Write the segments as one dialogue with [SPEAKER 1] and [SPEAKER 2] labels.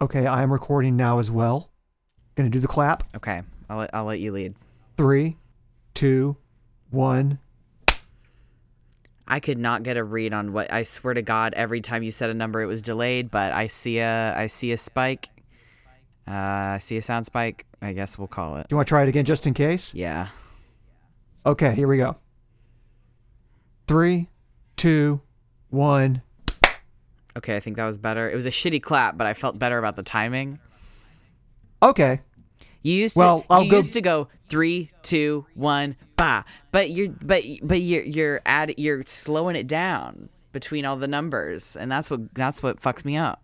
[SPEAKER 1] Okay, I am recording now as well. Gonna do the clap.
[SPEAKER 2] Okay, I'll let, I'll let you lead.
[SPEAKER 1] Three, two, one.
[SPEAKER 2] I could not get a read on what I swear to God every time you said a number it was delayed, but I see a I see a spike. Uh, I see a sound spike. I guess we'll call it.
[SPEAKER 1] Do you want to try it again just in case?
[SPEAKER 2] Yeah.
[SPEAKER 1] Okay, here we go. Three, two, one.
[SPEAKER 2] Okay, I think that was better. It was a shitty clap, but I felt better about the timing.
[SPEAKER 1] Okay.
[SPEAKER 2] You used
[SPEAKER 1] Well,
[SPEAKER 2] to
[SPEAKER 1] I'll
[SPEAKER 2] you
[SPEAKER 1] go-
[SPEAKER 2] used to go three, two, one, ba. But you're but but you're you're add you're slowing it down between all the numbers, and that's what that's what fucks me up.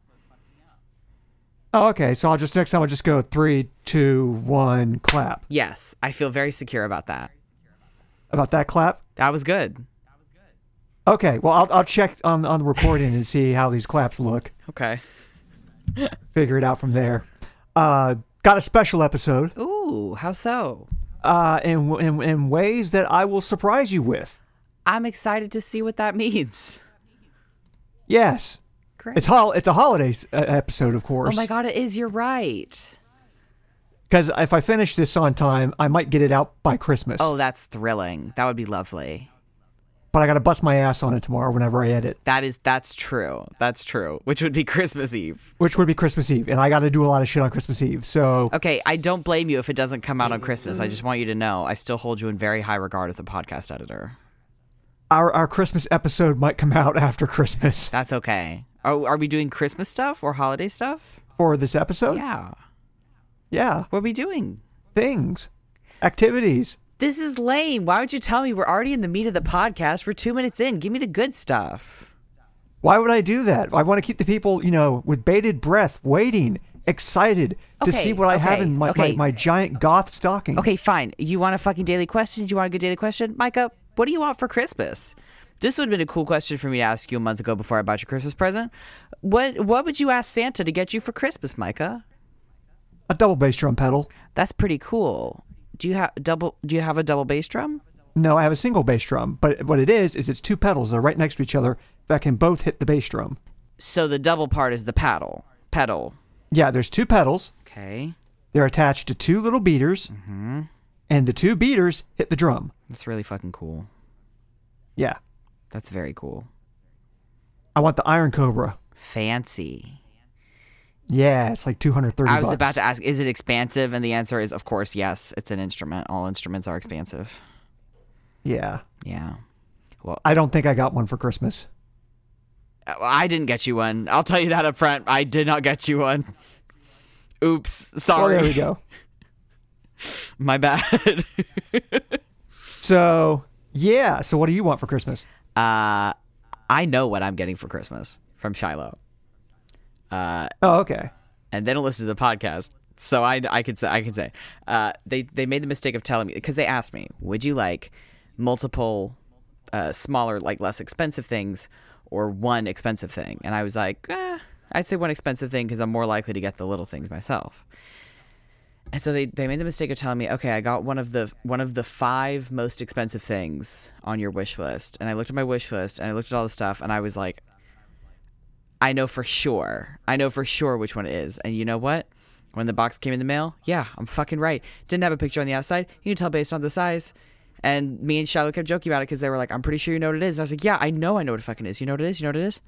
[SPEAKER 1] Oh, okay. So I'll just next time I'll just go three, two, one, clap.
[SPEAKER 2] Yes, I feel very secure about that.
[SPEAKER 1] About that clap.
[SPEAKER 2] That was good.
[SPEAKER 1] Okay. Well, I'll I'll check on on the recording and see how these claps look.
[SPEAKER 2] Okay.
[SPEAKER 1] Figure it out from there. Uh, got a special episode.
[SPEAKER 2] Ooh, how so?
[SPEAKER 1] Uh, in w- in in ways that I will surprise you with.
[SPEAKER 2] I'm excited to see what that means.
[SPEAKER 1] Yes.
[SPEAKER 2] Great.
[SPEAKER 1] It's hol- It's a holiday s- uh, episode, of
[SPEAKER 2] oh
[SPEAKER 1] course.
[SPEAKER 2] my god, it is. You're right.
[SPEAKER 1] Because if I finish this on time, I might get it out by Christmas.
[SPEAKER 2] Oh, that's thrilling. That would be lovely.
[SPEAKER 1] But I got to bust my ass on it tomorrow whenever I edit,
[SPEAKER 2] That is that's true. That's true. Which would be Christmas Eve.
[SPEAKER 1] which would be Christmas Eve, and I got to do a lot of shit on Christmas Eve. So
[SPEAKER 2] Okay, I don't blame you if it doesn't come out on Christmas. I just want you to know I still hold you in very high regard as a podcast editor.
[SPEAKER 1] our our Christmas episode might come out after Christmas
[SPEAKER 2] That's okay. Oh, Are, are we doing Christmas stuff or holiday stuff?
[SPEAKER 1] for this episode.
[SPEAKER 2] Yeah.
[SPEAKER 1] Yeah.
[SPEAKER 2] What are we doing?
[SPEAKER 1] things, activities.
[SPEAKER 2] This is lame. Why would you tell me we're already in the meat of the podcast? We're two minutes in. Give me the good stuff.
[SPEAKER 1] Why would I do that? I want to keep the people, you know, with bated breath, waiting, excited to
[SPEAKER 2] Okay,
[SPEAKER 1] see what I have
[SPEAKER 2] okay,
[SPEAKER 1] in my,
[SPEAKER 2] okay.
[SPEAKER 1] my, my giant goth stocking.
[SPEAKER 2] Okay, fine. You want a fucking daily question? Do you want a good daily question? Micah, what do you want for Christmas? This would have been a cool question for me to ask you a month ago before I bought your Christmas present. What what would you ask Santa to get you for Christmas, Micah?
[SPEAKER 1] A double bass drum pedal.
[SPEAKER 2] That's pretty cool. Do you have double do you have a double bass drum?
[SPEAKER 1] No, I have a single bass drum, but what it is is it's two pedals that are right next to each other that can both hit the bass drum.
[SPEAKER 2] So the double part is the paddle. Pedal.
[SPEAKER 1] Yeah, there's two pedals.
[SPEAKER 2] Okay.
[SPEAKER 1] They're attached to two little beaters,
[SPEAKER 2] Mm-hmm.
[SPEAKER 1] and the two beaters hit the drum.
[SPEAKER 2] That's really fucking cool.
[SPEAKER 1] Yeah,
[SPEAKER 2] That's very cool.
[SPEAKER 1] I want the Iron Cobra.
[SPEAKER 2] Fancy.
[SPEAKER 1] Yeah, it's like 230
[SPEAKER 2] I was
[SPEAKER 1] bucks.
[SPEAKER 2] about to ask, is it expansive? And the answer is of course yes. It's an instrument. All instruments are expansive.
[SPEAKER 1] Yeah,
[SPEAKER 2] Yeah. Well,
[SPEAKER 1] I don't think I got one for Christmas.
[SPEAKER 2] Uh, I didn't get you one. I'll tell you that up front. I did not get you one. Oops.
[SPEAKER 1] Oh,
[SPEAKER 2] Sorry.
[SPEAKER 1] there we go.
[SPEAKER 2] My bad.
[SPEAKER 1] So yeah, so what do you want for Christmas?
[SPEAKER 2] uh, I know what I'm getting for Christmas from Shiloh. Uh,
[SPEAKER 1] Oh, okay.
[SPEAKER 2] and they don't listen to the podcast. So I, I could say I can say uh, they they made the mistake of telling me because they asked me would you like multiple uh, smaller like less expensive things or one expensive thing and I was like eh, I'd say one expensive thing because I'm more likely to get the little things myself and so they, they made the mistake of telling me okay I got one of the one of the five most expensive things on your wish list and I looked at my wish list and I looked at all the stuff and I was like I know for sure. I know for sure which one it is. And you know what? When the box came in the mail, yeah, I'm fucking right. Didn't have a picture on the outside. You can tell based on the size. And me and Shiloh kept joking about it because they were like, I'm pretty sure you know what it is. And I was like, yeah, I know I know what it fucking is. You know what it is? You know what it is?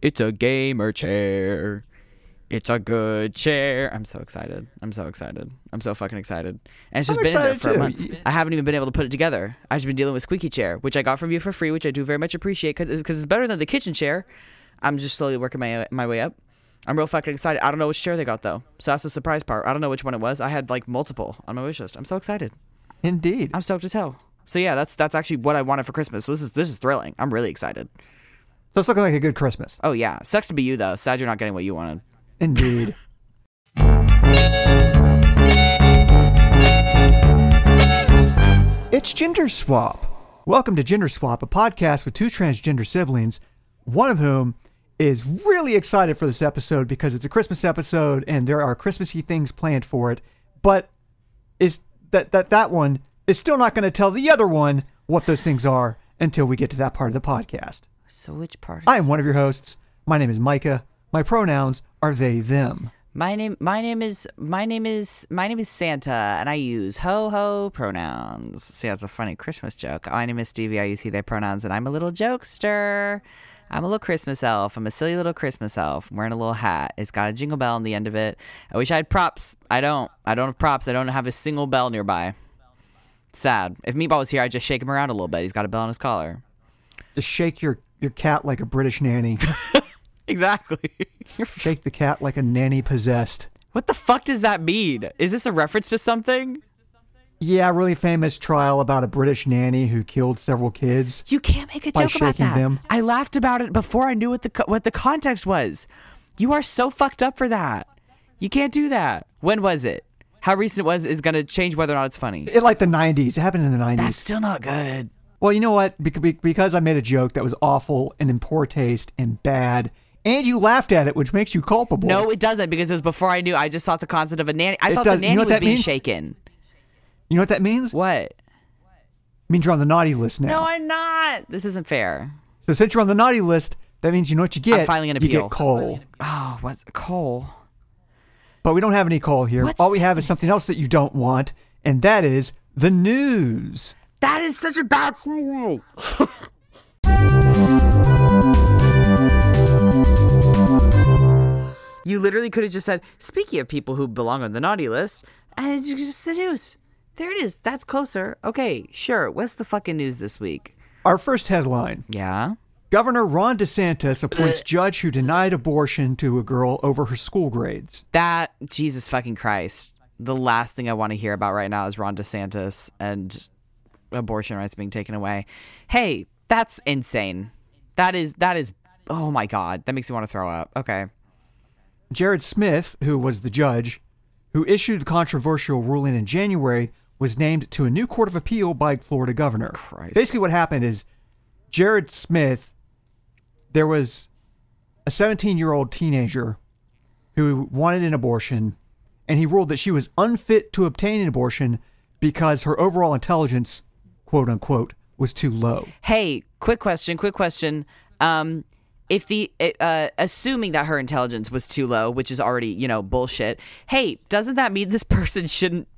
[SPEAKER 2] It's a gamer chair. It's a good chair. I'm so excited. I'm so excited. I'm so fucking excited. And it's just
[SPEAKER 1] I'm
[SPEAKER 2] been in there
[SPEAKER 1] excited
[SPEAKER 2] for
[SPEAKER 1] too.
[SPEAKER 2] a month. I haven't even been able to put it together. I've just been dealing with squeaky chair, which I got from you for free, which I do very much appreciate because it's better than the kitchen chair. I'm just slowly working my my way up. I'm real fucking excited. I don't know which chair they got though, so that's the surprise part. I don't know which one it was. I had like multiple on my wish list. I'm so excited.
[SPEAKER 1] Indeed.
[SPEAKER 2] I'm stoked as hell. So yeah, that's that's actually what I wanted for Christmas. So this is this is thrilling. I'm really excited.
[SPEAKER 1] So it's looking like a good Christmas.
[SPEAKER 2] Oh yeah, sucks to be you though. Sad you're not getting what you wanted.
[SPEAKER 1] Indeed. it's Gender Swap. Welcome to Gender Swap, a podcast with two transgender siblings, one of whom is really excited for this episode because it's a Christmas episode and there are Christmassy things planned for it, but is that that that one is still not going to tell the other one what those things are until we get to that part of the podcast.
[SPEAKER 2] So which part?
[SPEAKER 1] I am one of your hosts. My name is Micah. My pronouns are they, them.
[SPEAKER 2] My name my name is my name is my name is Santa and I use ho ho pronouns. See that's a funny Christmas joke. My name is Stevie, I use he they pronouns and I'm a little jokester. I'm a little Christmas elf. I'm a silly little Christmas elf. I'm wearing a little hat. It's got a jingle bell on the end of it. I wish I had props. I don't. I don't have props. I don't have a single bell nearby. Sad. If Meatball was here, I'd just shake him around a little bit. He's got a bell on his collar.
[SPEAKER 1] Just shake your, your cat like a British nanny.
[SPEAKER 2] Exactly.
[SPEAKER 1] shake the cat like a nanny possessed.
[SPEAKER 2] what the fuck does that mean? Is this a reference to something?
[SPEAKER 1] Yeah, really famous trial about a British nanny who killed several kids.
[SPEAKER 2] You can't make a
[SPEAKER 1] By
[SPEAKER 2] joke about
[SPEAKER 1] shaking
[SPEAKER 2] that.
[SPEAKER 1] them.
[SPEAKER 2] I laughed about it before I knew what the co- what the context was. You are so fucked up for that. You can't do that. When was it? How recent it was is going to change whether or not it's funny.
[SPEAKER 1] It like the 90s. It happened in the 90s.
[SPEAKER 2] That's still not good.
[SPEAKER 1] Well, you know what? Bec- be- Because I made a joke that was awful and in poor taste and bad, and you laughed at it, which makes you culpable.
[SPEAKER 2] No, it doesn't because it was before I knew. I just thought the concept of a nanny. I
[SPEAKER 1] It
[SPEAKER 2] thought
[SPEAKER 1] does-
[SPEAKER 2] the
[SPEAKER 1] you
[SPEAKER 2] nanny
[SPEAKER 1] know what
[SPEAKER 2] was
[SPEAKER 1] that
[SPEAKER 2] being
[SPEAKER 1] means?
[SPEAKER 2] shaken.
[SPEAKER 1] you know what that means?
[SPEAKER 2] What?
[SPEAKER 1] It means you're on the naughty list now.
[SPEAKER 2] No, I'm not. This isn't fair.
[SPEAKER 1] so since you're on the naughty list, that means you know what you get.
[SPEAKER 2] filing an
[SPEAKER 1] You
[SPEAKER 2] appeal.
[SPEAKER 1] get coal,
[SPEAKER 2] Oh, what's Cole?
[SPEAKER 1] but we don't have any coal here.
[SPEAKER 2] What's-
[SPEAKER 1] All we have is something else that you don't want, and that is the news.
[SPEAKER 2] That is such a bad segue. you literally could have just said, speaking of people who belong on the naughty list, and you just seduce. There it is. That's closer. Okay, sure. What's the fucking news this week?
[SPEAKER 1] Our first headline:
[SPEAKER 2] Yeah.
[SPEAKER 1] Governor Ron DeSantis appoints judge who denied abortion to a girl over her school grades.
[SPEAKER 2] That, Jesus fucking Christ. The last thing I want to hear about right now is Ron DeSantis and abortion rights being taken away. Hey, that's insane. That is, that is, oh my God. That makes me want to throw up. Okay.
[SPEAKER 1] Jared Smith, who was the judge who issued the controversial ruling in January, was named to a new court of appeal by Florida governor.
[SPEAKER 2] Christ.
[SPEAKER 1] Basically, what happened is Jared Smith, there was a 17 year old teenager who wanted an abortion, and he ruled that she was unfit to obtain an abortion because her overall intelligence, quote unquote, was too low.
[SPEAKER 2] Hey, quick question, quick question. Um, if the uh, assuming that her intelligence was too low, which is already you know bullshit. Hey, doesn't that mean this person shouldn't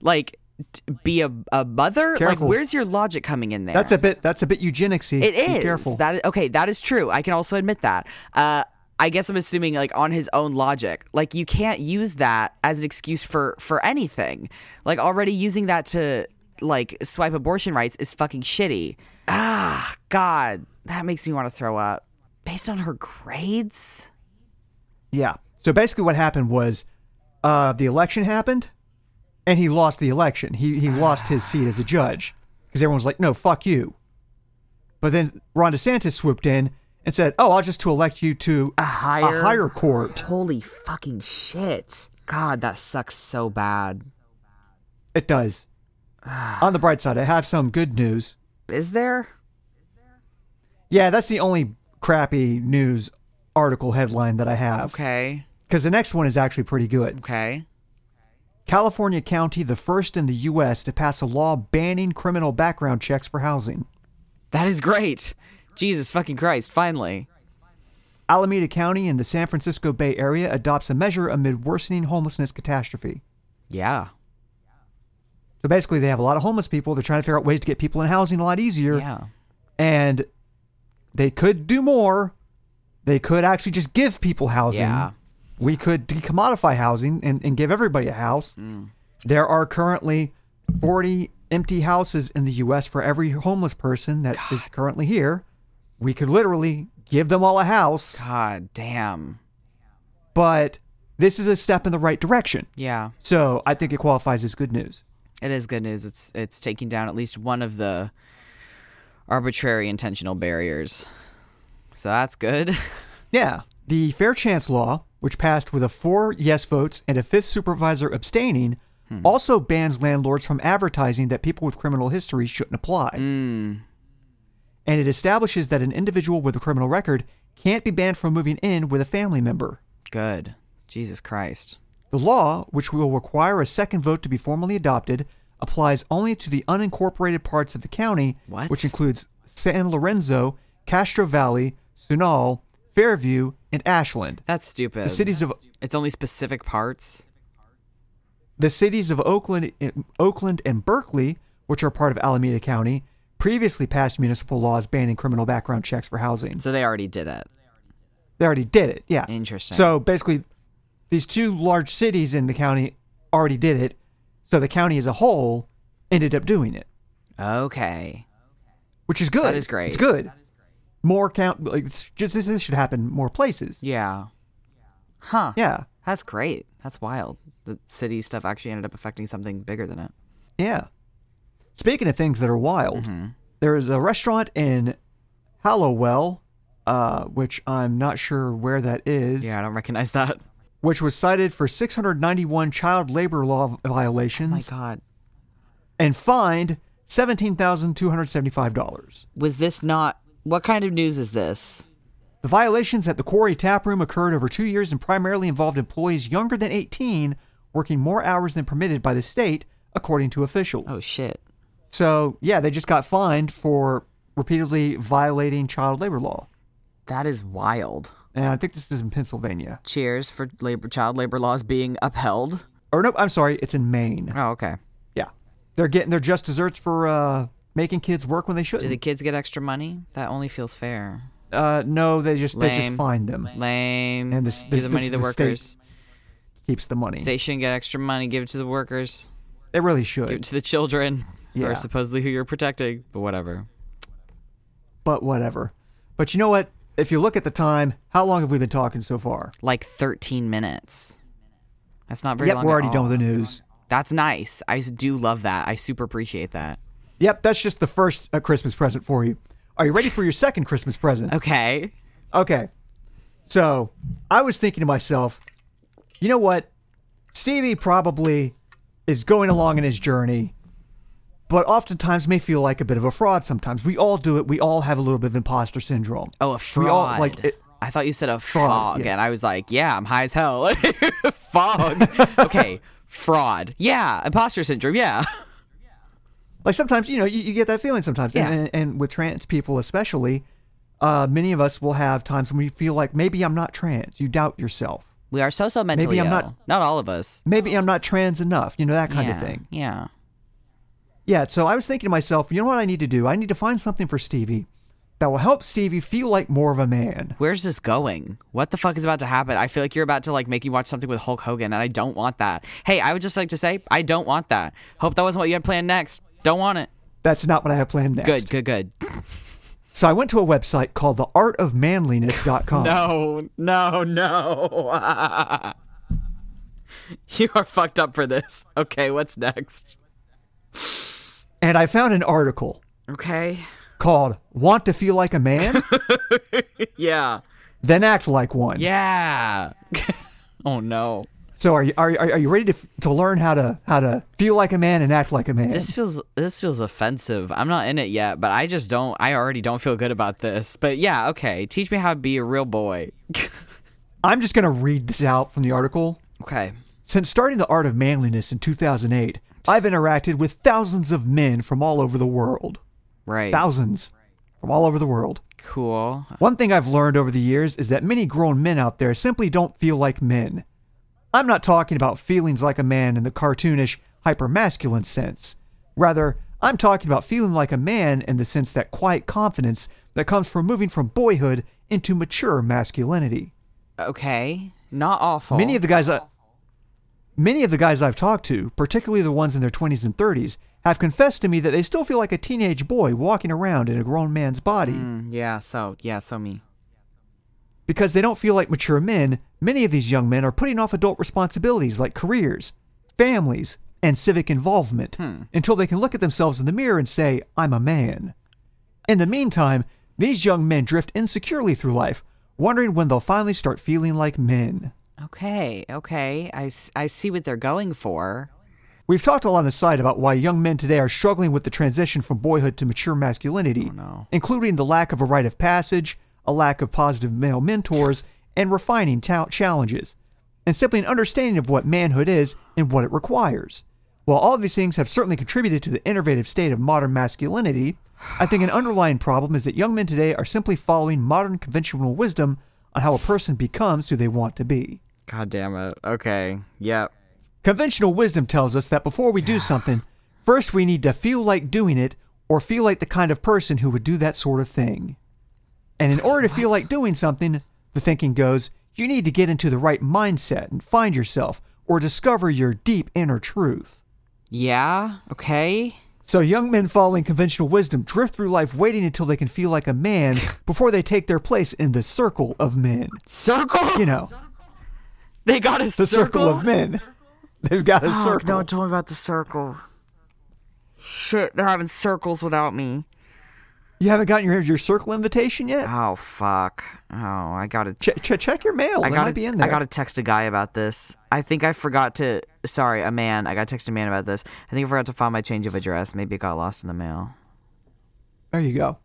[SPEAKER 2] like t- be a, a mother?
[SPEAKER 1] Careful.
[SPEAKER 2] Like, where's your logic coming in there?
[SPEAKER 1] That's a bit. That's a bit eugenicsy.
[SPEAKER 2] It is.
[SPEAKER 1] Be careful.
[SPEAKER 2] That is, okay, that is true. I can also admit that. Uh, I guess I'm assuming like on his own logic. Like you can't use that as an excuse for for anything. Like already using that to like swipe abortion rights is fucking shitty. Ah, god. That makes me want to throw up. Based on her grades?
[SPEAKER 1] Yeah. So basically, what happened was uh, the election happened, and he lost the election. He he lost his seat as a judge because everyone was like, "No, fuck you." But then Ron DeSantis swooped in and said, "Oh, I'll just to elect you to a
[SPEAKER 2] higher-
[SPEAKER 1] higher court."
[SPEAKER 2] Holy fucking shit. God, that sucks so bad.
[SPEAKER 1] It does. On the bright side, I have some good news.
[SPEAKER 2] Is there?
[SPEAKER 1] Yeah, that's the only crappy news article headline that I have
[SPEAKER 2] Okay.
[SPEAKER 1] because the next one is actually pretty good.
[SPEAKER 2] Okay.
[SPEAKER 1] California county, the first in the U.S. to pass a law banning criminal background checks for housing.
[SPEAKER 2] That is great. Jesus fucking Christ, finally.
[SPEAKER 1] Alameda County in the San Francisco Bay Area adopts a measure amid worsening homelessness catastrophe.
[SPEAKER 2] Yeah.
[SPEAKER 1] So basically, they have a lot of homeless people. They're trying to figure out ways to get people in housing a lot easier.
[SPEAKER 2] Yeah.
[SPEAKER 1] And they could do more. They could actually just give people housing.
[SPEAKER 2] Yeah.
[SPEAKER 1] We could decommodify housing and, and give everybody a house.
[SPEAKER 2] Mm.
[SPEAKER 1] There are currently 40 empty houses in the U.S. for every homeless person that is currently here. We could literally give them all a house.
[SPEAKER 2] God damn.
[SPEAKER 1] but this is a step in the right direction.
[SPEAKER 2] Yeah.
[SPEAKER 1] So I think it qualifies as good news.
[SPEAKER 2] It is good news. It's it's taking down at least one of the arbitrary intentional barriers. So that's good.
[SPEAKER 1] Yeah. The Fair Chance Law, which passed with a four yes votes and a fifth supervisor abstaining, also bans landlords from advertising that people with criminal history shouldn't apply. And it establishes that an individual with a criminal record can't be banned from moving in with a family member.
[SPEAKER 2] Good. Jesus Christ.
[SPEAKER 1] The law, which will require a second vote to be formally adopted, applies only to the unincorporated parts of the county,
[SPEAKER 2] What?
[SPEAKER 1] which includes San Lorenzo, Castro Valley, Sunal, Fairview, and Ashland.
[SPEAKER 2] That's stupid.
[SPEAKER 1] The cities of
[SPEAKER 2] It's only specific parts.
[SPEAKER 1] the cities of Oakland, Oakland and Berkeley, which are part of Alameda County, previously passed municipal laws banning criminal background checks for housing.
[SPEAKER 2] So they already did it.
[SPEAKER 1] They already did it. Yeah.
[SPEAKER 2] Interesting.
[SPEAKER 1] So basically, these two large cities in the county already did it. So the county as a whole ended up doing it,
[SPEAKER 2] Okay.
[SPEAKER 1] which is good.
[SPEAKER 2] That is great.
[SPEAKER 1] It's good. More count. Like, it's just, this should happen more places.
[SPEAKER 2] Yeah. Huh.
[SPEAKER 1] Yeah.
[SPEAKER 2] That's great. That's wild. The city stuff actually ended up affecting something bigger than it.
[SPEAKER 1] Yeah. Speaking of things that are wild,
[SPEAKER 2] Mm-hmm.
[SPEAKER 1] there is a restaurant in Hallowell, uh, which I'm not sure where that is,
[SPEAKER 2] Yeah, I don't recognize that.
[SPEAKER 1] which was cited for 691 child labor law
[SPEAKER 2] Oh My
[SPEAKER 1] violations
[SPEAKER 2] God.
[SPEAKER 1] and fined $17,275.
[SPEAKER 2] Was this not. What kind of news is this?
[SPEAKER 1] The violations at the quarry tap room occurred over two years and primarily involved employees younger than 18 working more hours than permitted by the state, according to officials.
[SPEAKER 2] Oh, shit.
[SPEAKER 1] So yeah, they just got fined for repeatedly violating child labor law.
[SPEAKER 2] That is wild.
[SPEAKER 1] And I think this is in Pennsylvania.
[SPEAKER 2] Cheers for labor, child labor laws being upheld.
[SPEAKER 1] Or nope, I'm sorry, it's in Maine.
[SPEAKER 2] Oh, okay.
[SPEAKER 1] Yeah. They're getting their just desserts for uh, making kids work when they
[SPEAKER 2] Do
[SPEAKER 1] shouldn't.
[SPEAKER 2] the kids get extra money? That only feels fair.
[SPEAKER 1] uh, no, they just they just
[SPEAKER 2] Lame.
[SPEAKER 1] fine them.
[SPEAKER 2] Lame.
[SPEAKER 1] And this-
[SPEAKER 2] Give the
[SPEAKER 1] this-
[SPEAKER 2] money
[SPEAKER 1] this-
[SPEAKER 2] to the
[SPEAKER 1] the state-
[SPEAKER 2] workers.
[SPEAKER 1] Keeps the money.
[SPEAKER 2] They shouldn't get extra money. Give it to the workers.
[SPEAKER 1] They really
[SPEAKER 2] Give it
[SPEAKER 1] should.
[SPEAKER 2] to the children. who
[SPEAKER 1] Yeah.
[SPEAKER 2] Or supposedly who you're protecting. But whatever.
[SPEAKER 1] But whatever. But you know what? If you look at the time, how long have we been talking so far?
[SPEAKER 2] Like 13 minutes. That's not very
[SPEAKER 1] Yep,
[SPEAKER 2] long.
[SPEAKER 1] we're
[SPEAKER 2] at
[SPEAKER 1] already
[SPEAKER 2] all.
[SPEAKER 1] done with the news.
[SPEAKER 2] That's nice. I s- do love that. I super appreciate that.
[SPEAKER 1] Yep, that's just the first uh, Christmas present for you. Are you ready for your second Christmas present?
[SPEAKER 2] Okay.
[SPEAKER 1] Okay. So I was thinking to myself, you know what? Stevie probably is going along in his journey, but oftentimes may feel like a bit of a fraud sometimes. We all do it. We all have a little bit of imposter syndrome.
[SPEAKER 2] Oh, a fraud.
[SPEAKER 1] We all, like, it-
[SPEAKER 2] I thought you said a
[SPEAKER 1] Fraud,
[SPEAKER 2] fog,
[SPEAKER 1] yeah.
[SPEAKER 2] and I was like, yeah, I'm high as hell. fog. okay. Fraud. Yeah. Imposter syndrome. Yeah.
[SPEAKER 1] like sometimes, you know, you, you get that feeling sometimes.
[SPEAKER 2] Yeah.
[SPEAKER 1] And, and, and with trans people, especially, uh, many of us will have times when we feel like maybe I'm not trans. You doubt yourself.
[SPEAKER 2] We are so so mentally
[SPEAKER 1] I'm
[SPEAKER 2] ill.
[SPEAKER 1] not-
[SPEAKER 2] Not, all of us.
[SPEAKER 1] Maybe I'm not trans enough, you know, that kind
[SPEAKER 2] yeah.
[SPEAKER 1] of thing.
[SPEAKER 2] Yeah.
[SPEAKER 1] Yeah, so I was thinking to myself, you know what I need to do? I need to find something for Stevie that will help Stevie feel like more of a man.
[SPEAKER 2] Where's this going? What the fuck is about to happen? I feel like you're about to like make me watch something with Hulk Hogan, and I don't want that. Hey, I would just like to say I don't want that. Hope that wasn't what you had planned next. Don't want it.
[SPEAKER 1] That's not what I have planned next.
[SPEAKER 2] Good, good, good.
[SPEAKER 1] So I went to a website called theartofmanliness.com.
[SPEAKER 2] No, no, no. you are fucked up for this. Okay, what's next?
[SPEAKER 1] And I found an article
[SPEAKER 2] Okay.
[SPEAKER 1] called Want to Feel Like a Man?
[SPEAKER 2] Yeah.
[SPEAKER 1] then Act Like One.
[SPEAKER 2] Yeah. oh no.
[SPEAKER 1] So are you, are, you- are you ready to, to learn how to how to feel like a man and act like a man?
[SPEAKER 2] This feels this feels offensive. I'm not in it yet, but I just don't I already don't feel good about this. But yeah, okay. Teach me how to be a real boy.
[SPEAKER 1] I'm just going to read this out from the article.
[SPEAKER 2] okay.
[SPEAKER 1] Since starting the art of manliness in 2008, I've interacted with thousands of men from all over the world.
[SPEAKER 2] Right.
[SPEAKER 1] Thousands from all over the world.
[SPEAKER 2] cool.
[SPEAKER 1] One thing I've learned over the years is that many grown men out there simply don't feel like men. I'm not talking about feelings like a man in the cartoonish, hypermasculine sense. Rather, I'm talking about feeling like a man in the sense that quiet confidence that comes from moving from boyhood into mature masculinity.
[SPEAKER 2] Okay. Not awful.
[SPEAKER 1] Many of the guys I, many of the guys I've talked to, particularly the ones in their 20s and 30s, have confessed to me that they still feel like a teenage boy walking around in a grown man's body.
[SPEAKER 2] Mm, yeah, so yeah, so me.
[SPEAKER 1] Because they don't feel like mature men, many of these young men are putting off adult responsibilities like careers, families, and civic involvement until they can look at themselves in the mirror and say, I'm a man. In the meantime, these young men drift insecurely through life, wondering when they'll finally start feeling like men.
[SPEAKER 2] Okay, okay. I, s- I see what they're going for.
[SPEAKER 1] We've talked a lot on the site about why young men today are struggling with the transition from boyhood to mature masculinity,
[SPEAKER 2] no.
[SPEAKER 1] including the lack of a rite of passage, a lack of positive male mentors, and refining ta- challenges, and simply an understanding of what manhood is and what it requires. While all of these things have certainly contributed to the innovative state of modern masculinity, I think an underlying problem is that young men today are simply following modern conventional wisdom on how a person becomes who they want to be.
[SPEAKER 2] God damn it. Okay. Yep.
[SPEAKER 1] Conventional wisdom tells us that before we do something, first we need to feel like doing it or feel like the kind of person who would do that sort of thing. And in order to feel like doing something, the thinking goes, you need to get into the right mindset and find yourself or discover your deep inner truth.
[SPEAKER 2] Yeah. Okay.
[SPEAKER 1] So young men following conventional wisdom drift through life waiting until they can feel like a man before they take their place in the circle of men.
[SPEAKER 2] Circle.
[SPEAKER 1] You know,
[SPEAKER 2] They got a
[SPEAKER 1] the circle, Oh, of men. They've got a circle.
[SPEAKER 2] Oh, Don't tell me about the circle. Shit, they're having circles without me.
[SPEAKER 1] You haven't gotten your your circle invitation yet?
[SPEAKER 2] Oh fuck. Oh, I gotta.
[SPEAKER 1] Che- che- check your mail.
[SPEAKER 2] I
[SPEAKER 1] it
[SPEAKER 2] gotta.
[SPEAKER 1] might be in there.
[SPEAKER 2] I gotta text a guy about this. I think I forgot to. Sorry, a man. I gotta text a man about this. I think I forgot to find my change of address. Maybe it got lost in the mail.
[SPEAKER 1] There you go.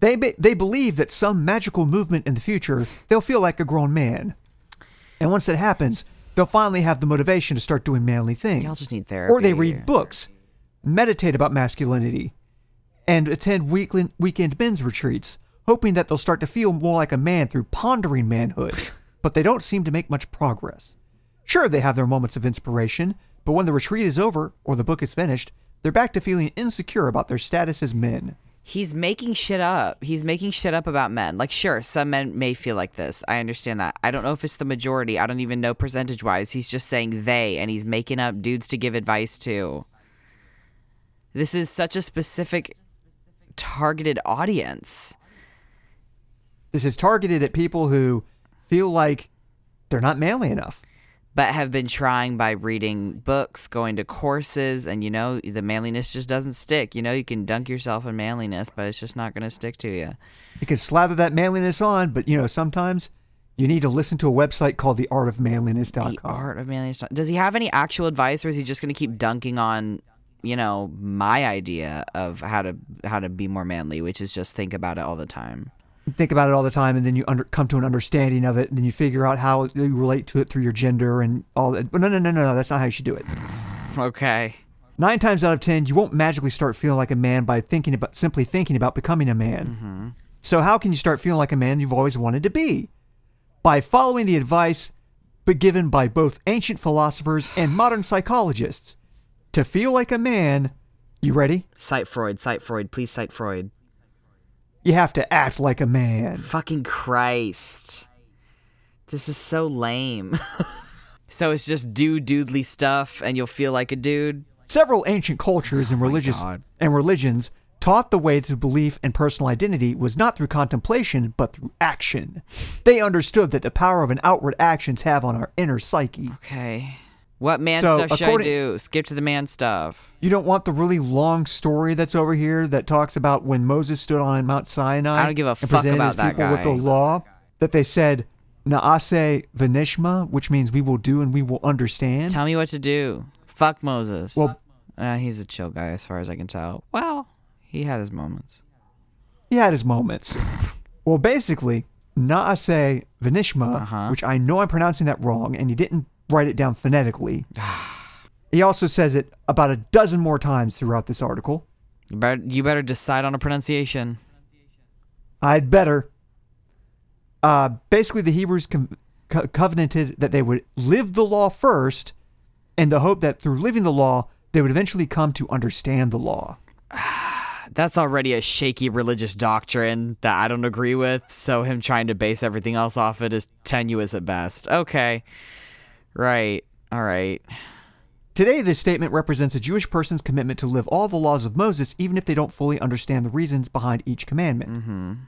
[SPEAKER 1] They be- they believe that some magical movement in the future they'll feel like a grown man, and once that happens, they'll finally have the motivation to start doing manly things.
[SPEAKER 2] Y'all just need therapy.
[SPEAKER 1] or they read books, meditate about masculinity, and attend weekly- weekend men's retreats, hoping that they'll start to feel more like a man through pondering manhood. but they don't seem to make much progress. Sure, they have their moments of inspiration, but when the retreat is over or the book is finished, they're back to feeling insecure about their status as men.
[SPEAKER 2] He's making shit up. He's making shit up about men. Like, sure, some men may feel like this. I understand that. I don't know if it's the majority. I don't even know percentage wise. He's just saying they, and he's making up dudes to give advice to. This is such a specific, targeted audience.
[SPEAKER 1] This is targeted at people who feel like they're not manly enough.
[SPEAKER 2] but have been trying by reading books, going to courses, and you know, the manliness just doesn't stick. You know, you can dunk yourself in manliness, but it's just not going to stick to you.
[SPEAKER 1] You can slather that manliness on, but you know, sometimes you need to listen to a website called theartofmanliness.com.
[SPEAKER 2] The art of manliness. Does he have any actual advice or is he just going to keep dunking on, you know, my idea of how to how to be more manly, which is just think about it all the time.
[SPEAKER 1] think about it all the time and then you under, come to an understanding of it and then you figure out how you relate to it through your gender and all that. But no, no, no, no, no. That's not how you should do it.
[SPEAKER 2] Okay.
[SPEAKER 1] Nine times out of ten, you won't magically start feeling like a man by thinking about simply thinking about becoming a man. So how can you start feeling like a man you've always wanted to be? By following the advice but given by both ancient philosophers and modern psychologists. To feel like a man, you ready?
[SPEAKER 2] Cite Freud, cite Freud, please cite Freud.
[SPEAKER 1] You have to act like a man.
[SPEAKER 2] Fucking Christ. This is so lame. so it's just do doodly stuff and you'll feel like a dude.
[SPEAKER 1] Several ancient cultures and religious
[SPEAKER 2] Oh God.
[SPEAKER 1] and religions taught the way to belief and personal identity was not through contemplation but through action. They understood that the power of an outward actions have on our inner psyche.
[SPEAKER 2] Okay. What man
[SPEAKER 1] So,
[SPEAKER 2] stuff should I
[SPEAKER 1] according-
[SPEAKER 2] do? Skip to the man stuff.
[SPEAKER 1] You don't want the really long story that's over here that talks about when Moses stood on Mount Sinai.
[SPEAKER 2] I don't give a
[SPEAKER 1] and
[SPEAKER 2] fuck
[SPEAKER 1] presented
[SPEAKER 2] about
[SPEAKER 1] his
[SPEAKER 2] that
[SPEAKER 1] people with the
[SPEAKER 2] guy.
[SPEAKER 1] law that they said naase venishma, which means we will do and we will understand.
[SPEAKER 2] Tell me what to do. Fuck Moses.
[SPEAKER 1] Well-
[SPEAKER 2] uh, he's a chill guy as far as I can tell. Well, he had his moments.
[SPEAKER 1] he had his moments. well, basically, Naase Venishma, which I know I'm pronouncing that wrong, and he didn't write it down phonetically. he also says it about a dozen more times throughout this article.
[SPEAKER 2] You better, you better decide on a pronunciation.
[SPEAKER 1] I'd better. Uh, basically, the Hebrews com- co- covenanted that they would live the law first, in the hope that through living the law, they would eventually come to understand the law.
[SPEAKER 2] That's already a shaky religious doctrine that I don't agree with. So him trying to base everything else off it is tenuous at best. Okay. Right. All right.
[SPEAKER 1] Today, this statement represents a Jewish person's commitment to live all the laws of Moses, even if they don't fully understand the reasons behind each commandment.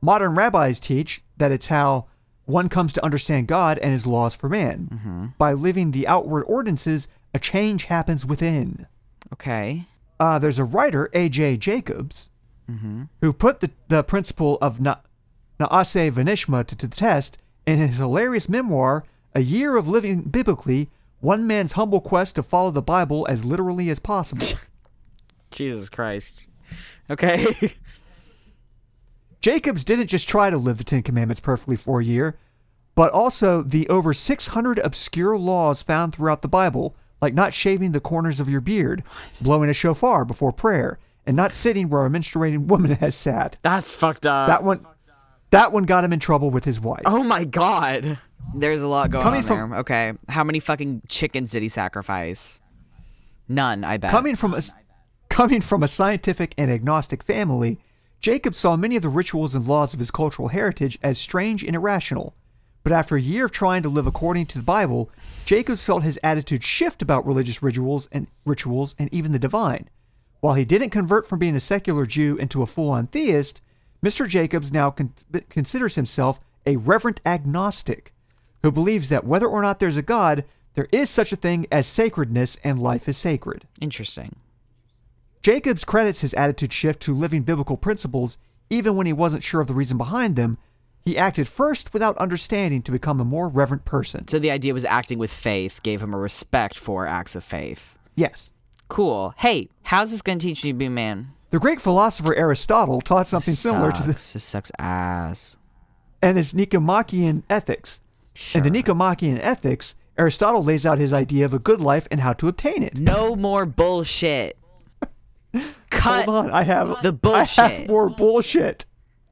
[SPEAKER 1] Modern rabbis teach that it's how one comes to understand God and his laws for man. By living the outward ordinances, a change happens within.
[SPEAKER 2] Okay.
[SPEAKER 1] Uh, there's a writer, A.J. Jacobs, who put the, the principle of na- Naase Venishma to, to the test in his hilarious memoir, A Year of Living Biblically One Man's Humble Quest to Follow the Bible as Literally as Possible.
[SPEAKER 2] Jesus Christ. Okay.
[SPEAKER 1] Jacobs didn't just try to live the Ten Commandments perfectly for a year, but also the over 600 obscure laws found throughout the Bible, like not shaving the corners of your beard, blowing a shofar before prayer, and not sitting where a menstruating woman has sat.
[SPEAKER 2] That's fucked up.
[SPEAKER 1] That one, That one got him in trouble with his wife.
[SPEAKER 2] Oh my god. There's a lot going
[SPEAKER 1] Coming
[SPEAKER 2] on
[SPEAKER 1] from-
[SPEAKER 2] there. Okay. How many fucking chickens did he sacrifice? None, I bet.
[SPEAKER 1] Coming from a coming from a scientific and agnostic family, Jacob saw many of the rituals and laws of his cultural heritage as strange and irrational. But after a year of trying to live according to the Bible, Jacob felt his attitude shift about religious rituals and rituals and even the divine. While he didn't convert from being a secular Jew into a full-on theist, Mr. Jacobs now con- considers himself a reverent agnostic who believes that whether or not there's a god, there is such a thing as sacredness and life is sacred.
[SPEAKER 2] Interesting.
[SPEAKER 1] Jacobs credits his attitude shift to living biblical principles even when he wasn't sure of the reason behind them. He acted first without understanding to become a more reverent person.
[SPEAKER 2] So the idea was acting with faith gave him a respect for acts of faith.
[SPEAKER 1] Yes.
[SPEAKER 2] Cool. Hey, how's this gonna teach you to be a man?
[SPEAKER 1] The Greek philosopher Aristotle taught something similar to this
[SPEAKER 2] Sucks. This sucks ass.
[SPEAKER 1] and his Nicomachean Ethics. In the Nicomachean Ethics, Aristotle lays out his idea of a good life and how to obtain it.
[SPEAKER 2] No more bullshit. Cut.
[SPEAKER 1] Hold on, I have
[SPEAKER 2] The
[SPEAKER 1] I have
[SPEAKER 2] bullshit.
[SPEAKER 1] more bullshit.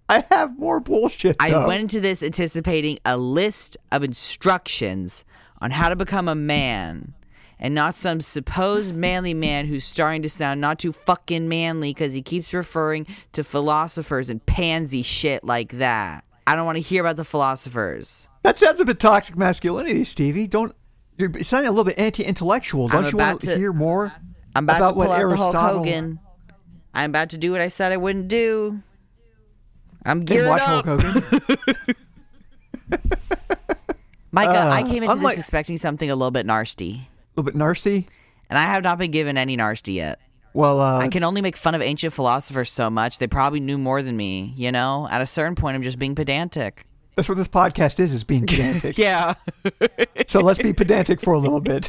[SPEAKER 1] I have more bullshit.
[SPEAKER 2] I
[SPEAKER 1] though.
[SPEAKER 2] went into this anticipating a list of instructions on how to become a man and not some supposed manly man who's starting to sound not too fucking manly because he keeps referring to philosophers and pansy shit like that. I don't want to hear about the philosophers.
[SPEAKER 1] That sounds a bit toxic masculinity, Stevie. Don't you're sounding a little bit anti-intellectual. Don't
[SPEAKER 2] I'm
[SPEAKER 1] you
[SPEAKER 2] about
[SPEAKER 1] want
[SPEAKER 2] to-
[SPEAKER 1] to hear more
[SPEAKER 2] I'm about, to
[SPEAKER 1] what
[SPEAKER 2] pull out the Hulk
[SPEAKER 1] Aristotle
[SPEAKER 2] Hogan. I'm about to do what I said I wouldn't do. I'm
[SPEAKER 1] and
[SPEAKER 2] geared
[SPEAKER 1] watch
[SPEAKER 2] up.
[SPEAKER 1] Hulk Hogan?
[SPEAKER 2] Micah,
[SPEAKER 1] Uh,
[SPEAKER 2] I came into
[SPEAKER 1] I'm
[SPEAKER 2] this
[SPEAKER 1] like-
[SPEAKER 2] expecting something a little bit nasty,
[SPEAKER 1] a little bit nasty.
[SPEAKER 2] and I have not been given any nasty yet.
[SPEAKER 1] Well, uh,
[SPEAKER 2] I can only make fun of ancient philosophers so much. They probably knew more than me, you know? At a certain point, I'm just being pedantic.
[SPEAKER 1] that's what this podcast is—is being pedantic.
[SPEAKER 2] Yeah.
[SPEAKER 1] So let's be pedantic for a little bit.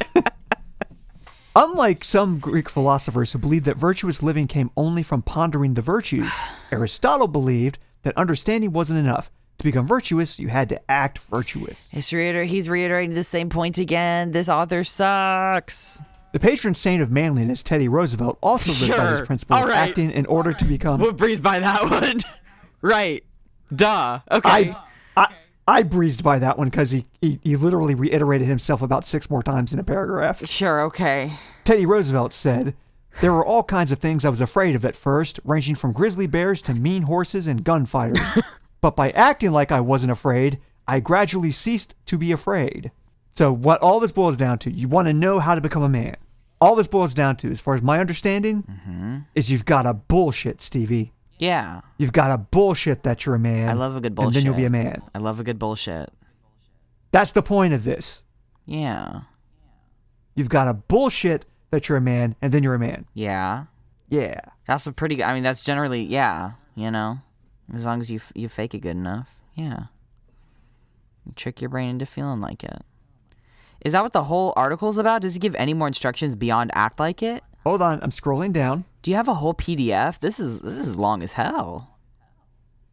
[SPEAKER 1] Unlike some Greek philosophers who believed that virtuous living came only from pondering the virtues, Aristotle believed that understanding wasn't enough. To become virtuous, you had to act virtuous.
[SPEAKER 2] It's reiter- he's reiterating the same point again. This author sucks.
[SPEAKER 1] The patron saint of manliness, Teddy Roosevelt, also lived by this
[SPEAKER 2] Sure.
[SPEAKER 1] principle
[SPEAKER 2] All
[SPEAKER 1] of
[SPEAKER 2] right.
[SPEAKER 1] acting in order to become.
[SPEAKER 2] We'll breeze by that one. right. Duh. Okay.
[SPEAKER 1] I, I, I breezed by that one because he, he, he literally reiterated himself about six more times in a paragraph.
[SPEAKER 2] Sure, okay.
[SPEAKER 1] Teddy Roosevelt said, There were all kinds of things I was afraid of at first, ranging from grizzly bears to mean horses and gunfighters. but by acting like I wasn't afraid, I gradually ceased to be afraid. So, what all this boils down to, you want to know how to become a man. All this boils down to, as far as my understanding, is you've got to bullshit, Stevie.
[SPEAKER 2] Hmm? Yeah.
[SPEAKER 1] You've got to bullshit that you're a man.
[SPEAKER 2] I love a good
[SPEAKER 1] And
[SPEAKER 2] bullshit.
[SPEAKER 1] then you'll be a man.
[SPEAKER 2] I love a good bullshit.
[SPEAKER 1] That's the point of this.
[SPEAKER 2] Yeah.
[SPEAKER 1] You've got to bullshit that you're a man, and then you're a man.
[SPEAKER 2] Yeah.
[SPEAKER 1] Yeah.
[SPEAKER 2] That's a pretty. I mean, that's generally yeah. You know, as long as you f- you fake it good enough, yeah. You trick your brain into feeling like it. Is that what the whole article's about? Does it give any more instructions beyond act like it?
[SPEAKER 1] Hold on, I'm scrolling down.
[SPEAKER 2] Do you have a whole PDF? This is this is long as hell.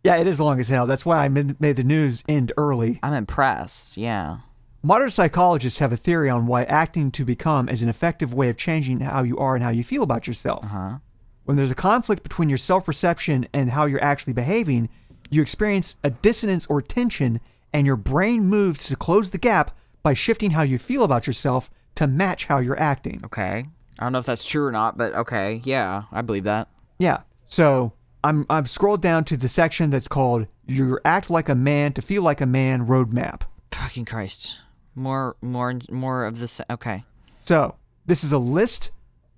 [SPEAKER 1] Yeah, it is long as hell. That's why I mid- made the news end early.
[SPEAKER 2] I'm impressed. Yeah.
[SPEAKER 1] Modern psychologists have a theory on why acting to become is an effective way of changing how you are and how you feel about yourself.
[SPEAKER 2] Huh.
[SPEAKER 1] When there's a conflict between your self perception and how you're actually behaving, you experience a dissonance or tension, and your brain moves to close the gap by shifting how you feel about yourself to match how you're acting.
[SPEAKER 2] Okay. I don't know if that's true or not, but okay. Yeah, I believe that.
[SPEAKER 1] Yeah. So I'm I've scrolled down to the section that's called "Your Act Like a Man to Feel Like a Man" roadmap.
[SPEAKER 2] Fucking Christ. More more more of this. Okay.
[SPEAKER 1] So this is a list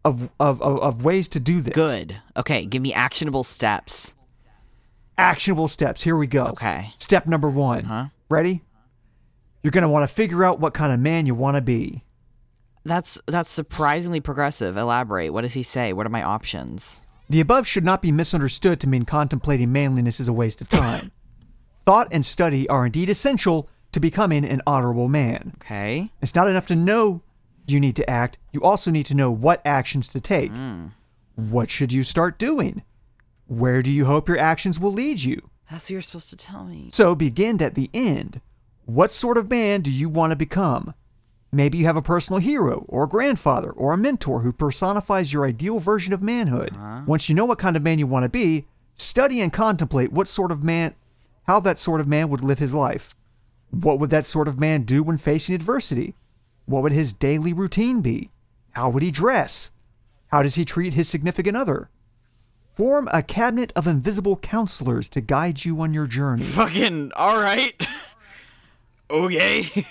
[SPEAKER 1] of of of, of ways to do this.
[SPEAKER 2] Good. Okay. Give me actionable steps.
[SPEAKER 1] Actionable steps. Here we
[SPEAKER 2] Oh.
[SPEAKER 1] go.
[SPEAKER 2] Okay. Uh-huh.
[SPEAKER 1] Step number one.
[SPEAKER 2] Huh?
[SPEAKER 1] Ready? You're gonna want to figure out what kind of man you want to be.
[SPEAKER 2] That's that's surprisingly progressive. Elaborate. What does he say? What are my options?
[SPEAKER 1] The above should not be misunderstood to mean contemplating manliness is a waste of time. Thought and study are indeed essential to becoming an honorable man.
[SPEAKER 2] Okay.
[SPEAKER 1] It's not enough to know you need to act. You also need to know what actions to take. What should you start doing? Where do you hope your actions will lead you?
[SPEAKER 2] That's what you're supposed to tell me.
[SPEAKER 1] So begin at the end. What sort of man do you want to become? Maybe you have a personal hero or a grandfather or a mentor who personifies your ideal version of manhood. Once you know what kind of man you want to be, study and contemplate what sort of man how that sort of man would live his life. What would that sort of man do when facing adversity? What would his daily routine be? How would he dress? How does he treat his significant other? Form a cabinet of invisible counselors to guide you on your journey.
[SPEAKER 2] Fucking all right. okay.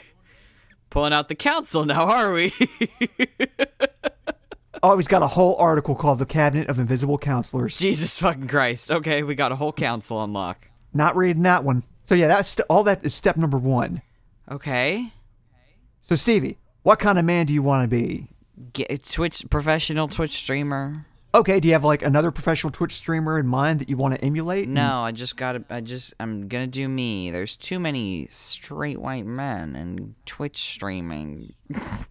[SPEAKER 2] Pulling out the council now, are we?
[SPEAKER 1] Oh, he's got a whole article called The Cabinet of Invisible Counselors.
[SPEAKER 2] Jesus fucking Christ. Okay, we got a whole council unlock.
[SPEAKER 1] Not reading that one. So yeah, that's st- all that is step number 1.
[SPEAKER 2] Okay.
[SPEAKER 1] So Stevie, what kind of man do you want to be?
[SPEAKER 2] Get Twitch professional Twitch streamer.
[SPEAKER 1] Okay, do you have like another professional Twitch streamer in mind that you want to emulate?
[SPEAKER 2] No, I just gotta. I just. I'm gonna do me. There's too many straight white men and Twitch streaming.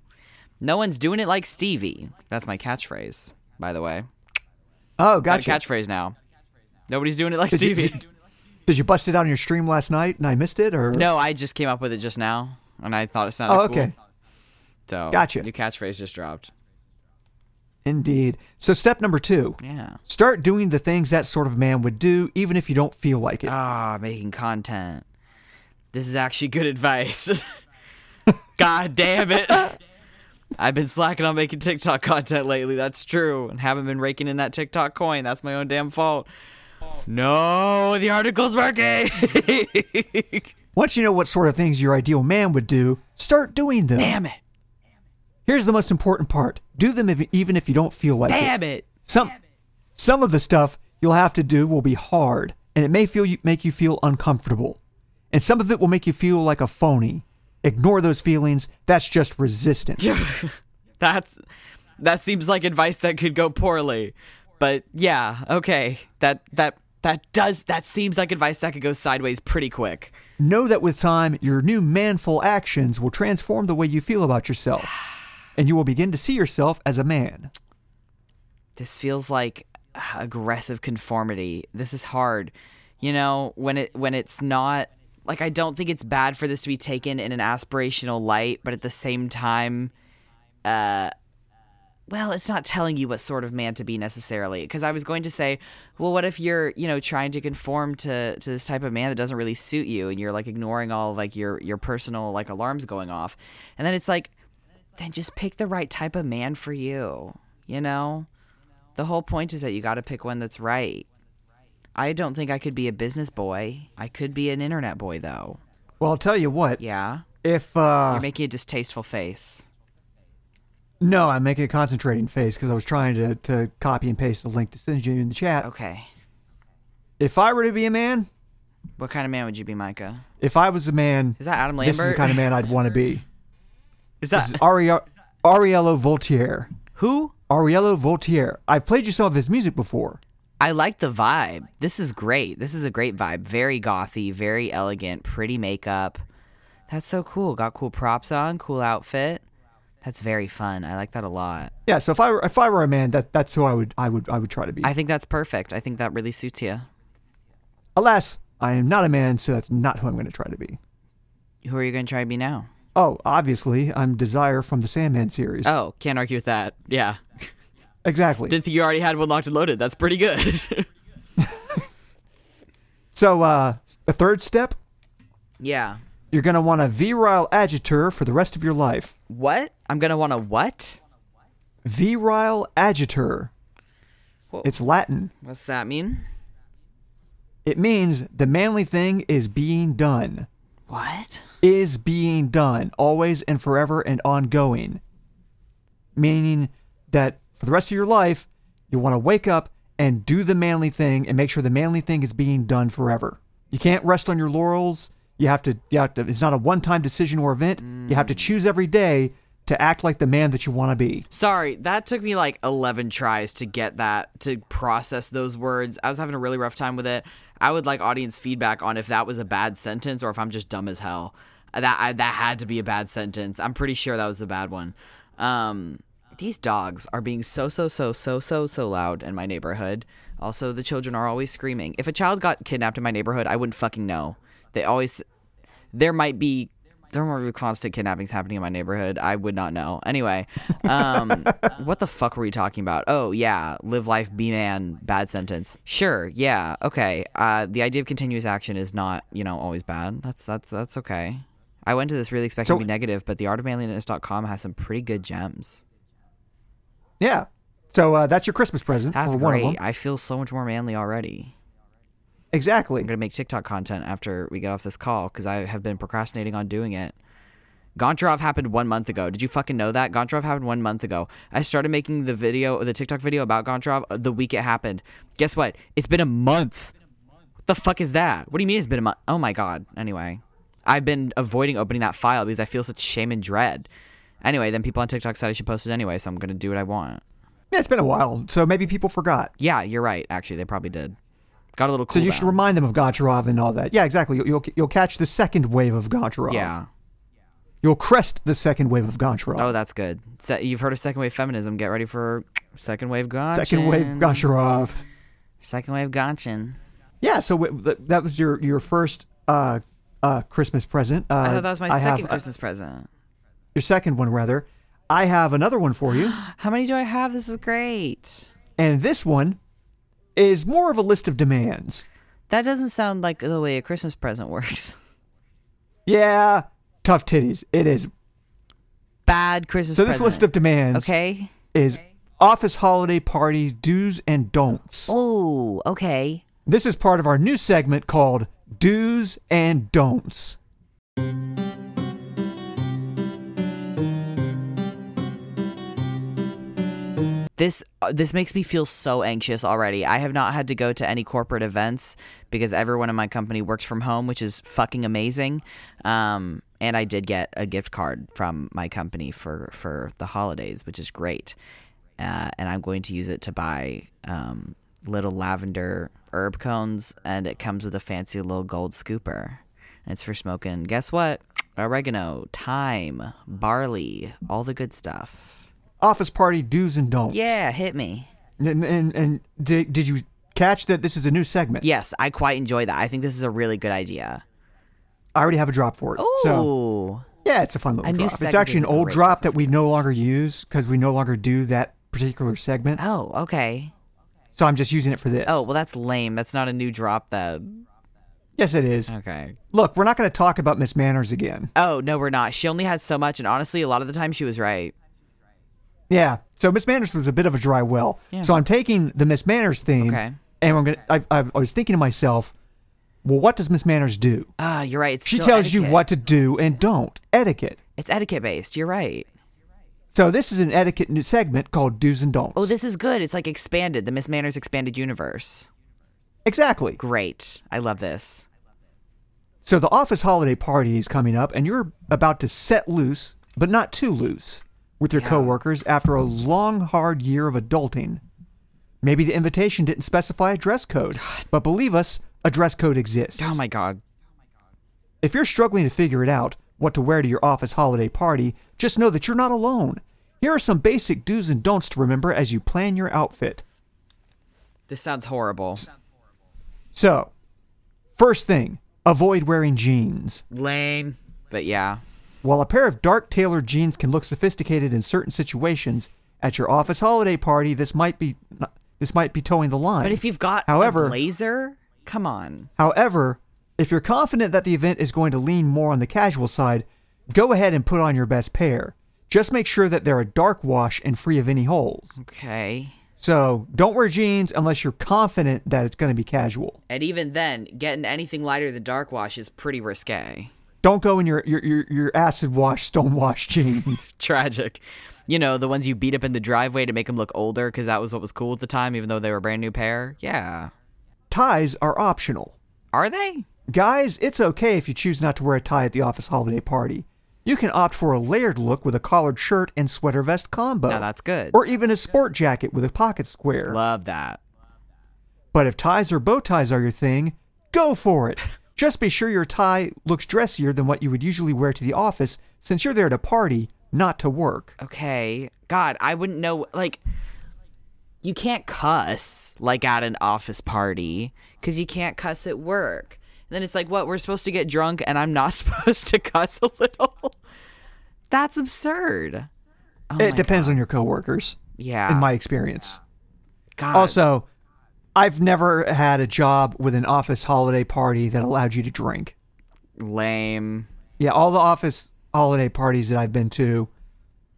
[SPEAKER 2] no one's doing it like Stevie. That's my catchphrase, by the way.
[SPEAKER 1] Oh,
[SPEAKER 2] Got
[SPEAKER 1] gotcha.
[SPEAKER 2] a catchphrase now. Nobody's doing it like
[SPEAKER 1] Did you-
[SPEAKER 2] Stevie.
[SPEAKER 1] Did you bust it out on your stream last night and I missed it or
[SPEAKER 2] no, I just came up with it just now, and I thought it sounded
[SPEAKER 1] Oh,
[SPEAKER 2] cool.
[SPEAKER 1] okay.
[SPEAKER 2] So
[SPEAKER 1] Gotcha.
[SPEAKER 2] New catchphrase just dropped.
[SPEAKER 1] Indeed. So step number 2.
[SPEAKER 2] Yeah.
[SPEAKER 1] Start doing the things that sort of man would do even if you don't feel like it.
[SPEAKER 2] Ah, making content. This is actually good advice. God damn it. I've been slacking on making TikTok content lately. That's true. And haven't been raking in that TikTok coin. That's my own damn fault. No, the article's working.
[SPEAKER 1] Once you know what sort of things your ideal man would do, start doing them.
[SPEAKER 2] damn it.
[SPEAKER 1] Here's the most important part. Do them if, even if you don't feel like it.
[SPEAKER 2] Damn it.
[SPEAKER 1] Some some of the stuff you'll have to do will be hard, and it may feel you, make you feel uncomfortable, and some of it will make you feel like a phony. Ignore those feelings. That's just resistance.
[SPEAKER 2] That's that seems like advice that could go poorly. But yeah, okay. That that that does that seems like advice that could go sideways pretty quick.
[SPEAKER 1] know that with time, your new manful actions will transform the way you feel about yourself, and you will begin to see yourself as a man.
[SPEAKER 2] this feels like aggressive conformity. This is hard. You know, when it when it's not like I don't think it's bad for this to be taken in an aspirational light, but at the same time uh well, it's not telling you what sort of man to be necessarily because I was going to say, well, what if you're, you know, trying to conform to to this type of man that doesn't really suit you and you're like ignoring all like your your personal like alarms going off. And then it's like then just pick the right type of man for you, you know? The whole point is that you got to pick one that's right. I don't think I could be a business boy. I could be an internet boy, though.
[SPEAKER 1] Well, I'll tell you what.
[SPEAKER 2] Yeah.
[SPEAKER 1] If uh,
[SPEAKER 2] You're making a distasteful face.
[SPEAKER 1] no, I'm making a concentrating face because I was trying to, to copy and paste the link to send you in the chat.
[SPEAKER 2] Okay.
[SPEAKER 1] If I were to be a man,
[SPEAKER 2] What kind of man would you be, Micah?
[SPEAKER 1] if I was a man,
[SPEAKER 2] Is that Adam Lambert?
[SPEAKER 1] this is the kind of man I'd want to be.
[SPEAKER 2] Is
[SPEAKER 1] This
[SPEAKER 2] that
[SPEAKER 1] is Ariel- Ariello Voltaire.
[SPEAKER 2] who?
[SPEAKER 1] Ariello Voltaire. I've played you some of his music before.
[SPEAKER 2] I like the vibe. This is great. This is a great vibe. Very gothy, very elegant, pretty makeup. That's so cool. Got cool props on, cool outfit. That's very fun. I like that a lot.
[SPEAKER 1] Yeah, so if I were if I were a man, that that's who I would I would I would try to be.
[SPEAKER 2] I think that's perfect. I think that really suits you.
[SPEAKER 1] Alas, I am not a man, so that's not who I'm going to try to be.
[SPEAKER 2] Who are you going to try to be now?
[SPEAKER 1] Oh, obviously, I'm Desire from the Sandman series.
[SPEAKER 2] Oh, can't argue with that. Yeah.
[SPEAKER 1] exactly.
[SPEAKER 2] Didn't think you already had one locked and loaded. That's pretty good.
[SPEAKER 1] so, uh, the third step,
[SPEAKER 2] yeah.
[SPEAKER 1] you're going to want a virile adjutor for the rest of your life.
[SPEAKER 2] What? I'm going to want a what?
[SPEAKER 1] Virile adjutor.
[SPEAKER 2] Whoa.
[SPEAKER 1] It's Latin.
[SPEAKER 2] What's that mean?
[SPEAKER 1] It means the manly thing is being done.
[SPEAKER 2] What?
[SPEAKER 1] is being done always and forever and ongoing. Meaning that for the rest of your life, you want to wake up and do the manly thing and make sure the manly thing is being done forever. You can't rest on your laurels. You have to, you have to it's not a one time decision or event. You
[SPEAKER 2] Mm.
[SPEAKER 1] have to choose every day to act like the man that you want to be.
[SPEAKER 2] Sorry, that took me like 11 tries to get that, to process those words. I was having a really rough time with it. I would like audience feedback on if that was a bad sentence or if I'm just dumb as hell. That I, that had to be a bad sentence. I'm pretty sure that was a bad one. Um, these dogs are being so so so so so so loud in my neighborhood. Also, the children are always screaming. If a child got kidnapped in my neighborhood, I wouldn't fucking know. They always there might be there were constant kidnappings happening in my neighborhood. I would not know. Anyway, um, what the fuck were we talking about? Oh yeah, live life, be man, bad sentence. Sure, yeah, okay. Uh, the idea of continuous action is not, you know, always bad. That's that's that's okay. I went to this really expecting
[SPEAKER 1] So-
[SPEAKER 2] to be negative, but theartofmanliness.com has some pretty good gems.
[SPEAKER 1] Yeah. So uh, that's your Christmas present.
[SPEAKER 2] That's
[SPEAKER 1] or one of
[SPEAKER 2] great.
[SPEAKER 1] them.
[SPEAKER 2] I feel so much more manly already.
[SPEAKER 1] Exactly.
[SPEAKER 2] I'm gonna make TikTok content after we get off this call because I have been procrastinating on doing it. Goncharov happened one month ago. Did you fucking know that? Goncharov happened one month ago. I started making the video, the TikTok video about Goncharov uh, the week it happened. Guess what? It's been a month. What the fuck is that? What do you mean it's been a month? Oh my god. Anyway, I've been avoiding opening that file because I feel such shame and dread. Anyway, then people on TikTok said I should post it anyway, so I'm gonna do what I want.
[SPEAKER 1] Yeah, it's been a while, so maybe people forgot.
[SPEAKER 2] Yeah, you're right. Actually, they probably did. Got a little cool.
[SPEAKER 1] So you should remind them of Goncharov and all that. Yeah, exactly. You'll, you'll, you'll catch the second wave of Goncharov.
[SPEAKER 2] yeah.
[SPEAKER 1] You'll crest the second wave of Goncharov.
[SPEAKER 2] Oh, that's good. Se- you've heard of second wave feminism. Get ready for second wave gonchin.
[SPEAKER 1] second wave Goncharov.
[SPEAKER 2] Second wave gonchin.
[SPEAKER 1] Yeah, so w- th- that was your your first uh, uh, Christmas present. Uh,
[SPEAKER 2] I thought that was my
[SPEAKER 1] I have,
[SPEAKER 2] second
[SPEAKER 1] uh,
[SPEAKER 2] Christmas present.
[SPEAKER 1] your second one, rather. I have another one for you,
[SPEAKER 2] How many do I have? This is great.
[SPEAKER 1] and this one is more of a list of demands.
[SPEAKER 2] That doesn't sound like the way a Christmas present works.
[SPEAKER 1] Yeah, tough titties. It is.
[SPEAKER 2] Bad Christmas.
[SPEAKER 1] So this
[SPEAKER 2] present.
[SPEAKER 1] list of demands
[SPEAKER 2] okay.
[SPEAKER 1] is office holiday parties, do's and don'ts.
[SPEAKER 2] Oh, okay.
[SPEAKER 1] This is part of our new segment called Do's and Don'ts.
[SPEAKER 2] This uh, this makes me feel so anxious already. I have not had to go to any corporate events because everyone in my company works from home, which is fucking amazing. Um, and I did get a gift card from my company for for the holidays, which is great. Uh, and I'm going to use it to buy um, little lavender herb cones, and it comes with a fancy little gold scooper. And it's for smoking. Guess what? Oregano, thyme, barley, all the good stuff.
[SPEAKER 1] Office party do's and don'ts.
[SPEAKER 2] Yeah, hit me.
[SPEAKER 1] And and, and did, did you catch that this is a new segment?
[SPEAKER 2] Yes, I quite enjoy that. I think this is a really good idea.
[SPEAKER 1] I already have a drop for it.
[SPEAKER 2] Ooh.
[SPEAKER 1] So yeah, it's a fun little
[SPEAKER 2] new
[SPEAKER 1] drop. It's
[SPEAKER 2] segment
[SPEAKER 1] actually an
[SPEAKER 2] is a
[SPEAKER 1] old
[SPEAKER 2] great
[SPEAKER 1] drop that
[SPEAKER 2] Christmas
[SPEAKER 1] we no longer use because we no longer do that particular segment.
[SPEAKER 2] oh, okay.
[SPEAKER 1] So I'm just using it for this.
[SPEAKER 2] Oh, well, that's lame. That's not a new drop then.
[SPEAKER 1] yes, it is.
[SPEAKER 2] Okay.
[SPEAKER 1] Look, we're not going to talk about Miss Manners again.
[SPEAKER 2] Oh, no, we're not. She only had so much, and honestly, a lot of the time she was right.
[SPEAKER 1] Yeah. So Miss Manners was a bit of a dry well. So I'm taking the Miss Manners theme,
[SPEAKER 2] Okay.
[SPEAKER 1] and I'm gonna. I, I, I was thinking to myself, well, what does Miss Manners do?
[SPEAKER 2] Ah, you're right. It's
[SPEAKER 1] She
[SPEAKER 2] still
[SPEAKER 1] tells you
[SPEAKER 2] etiquette.
[SPEAKER 1] what to do and don't. Etiquette.
[SPEAKER 2] It's etiquette based. You're right.
[SPEAKER 1] So this is an etiquette new segment called Do's and Don'ts.
[SPEAKER 2] Oh, this is good. It's like expanded, the Miss Manners expanded universe.
[SPEAKER 1] exactly.
[SPEAKER 2] Great. I love this.
[SPEAKER 1] So the office holiday party is coming up, and you're about to set loose, but not too loose, with your coworkers after a long, hard year of adulting. Maybe the invitation didn't specify a dress code, but believe us, a dress code exists.
[SPEAKER 2] Oh, my God.
[SPEAKER 1] If you're struggling to figure it out, what to wear to your office holiday party, just know that you're not alone. Here are some basic do's and don'ts to remember as you plan your outfit.
[SPEAKER 2] This sounds horrible.
[SPEAKER 1] So, first thing, avoid wearing jeans.
[SPEAKER 2] Lame. But yeah.
[SPEAKER 1] While a pair of dark tailored jeans can look sophisticated in certain situations, at your office holiday party, this might be this might be towing the line.
[SPEAKER 2] But if you've got
[SPEAKER 1] However-
[SPEAKER 2] a blazer, come on.
[SPEAKER 1] However, if you're confident that the event is going to lean more on the casual side, go ahead and put on your best pair. Just make sure that they're a dark wash and free of any holes.
[SPEAKER 2] Okay.
[SPEAKER 1] So don't wear jeans unless you're confident that it's going to be casual.
[SPEAKER 2] And even then, getting anything lighter than dark wash is pretty risque.
[SPEAKER 1] Don't go in your your your, your acid wash, stone wash jeans.
[SPEAKER 2] Tragic. You know, the ones you beat up in the driveway to make them look older because that was what was cool at the time, even though they were a brand new pair. Yeah.
[SPEAKER 1] Ties are optional.
[SPEAKER 2] Are they?
[SPEAKER 1] Guys, it's okay if you choose not to wear a tie at the office holiday party. You can opt for a layered look with a collared shirt and sweater vest combo.
[SPEAKER 2] Now that's good.
[SPEAKER 1] Or even a sport jacket with a pocket square.
[SPEAKER 2] Love that.
[SPEAKER 1] But if ties or bow ties are your thing, go for it. Just be sure your tie looks dressier than what you would usually wear to the office since you're there to party, not to work.
[SPEAKER 2] Okay. God, I wouldn't know. Like, you can't cuss like at an office party because you can't cuss at work. Then it's like, what? We're supposed to get drunk, and I'm not supposed to cuss a little. That's absurd. Oh my
[SPEAKER 1] it depends on your coworkers,
[SPEAKER 2] Yeah.
[SPEAKER 1] in my experience.
[SPEAKER 2] God.
[SPEAKER 1] Also, I've never had a job with an office holiday party that allowed you to drink.
[SPEAKER 2] lame.
[SPEAKER 1] Yeah, all the office holiday parties that I've been to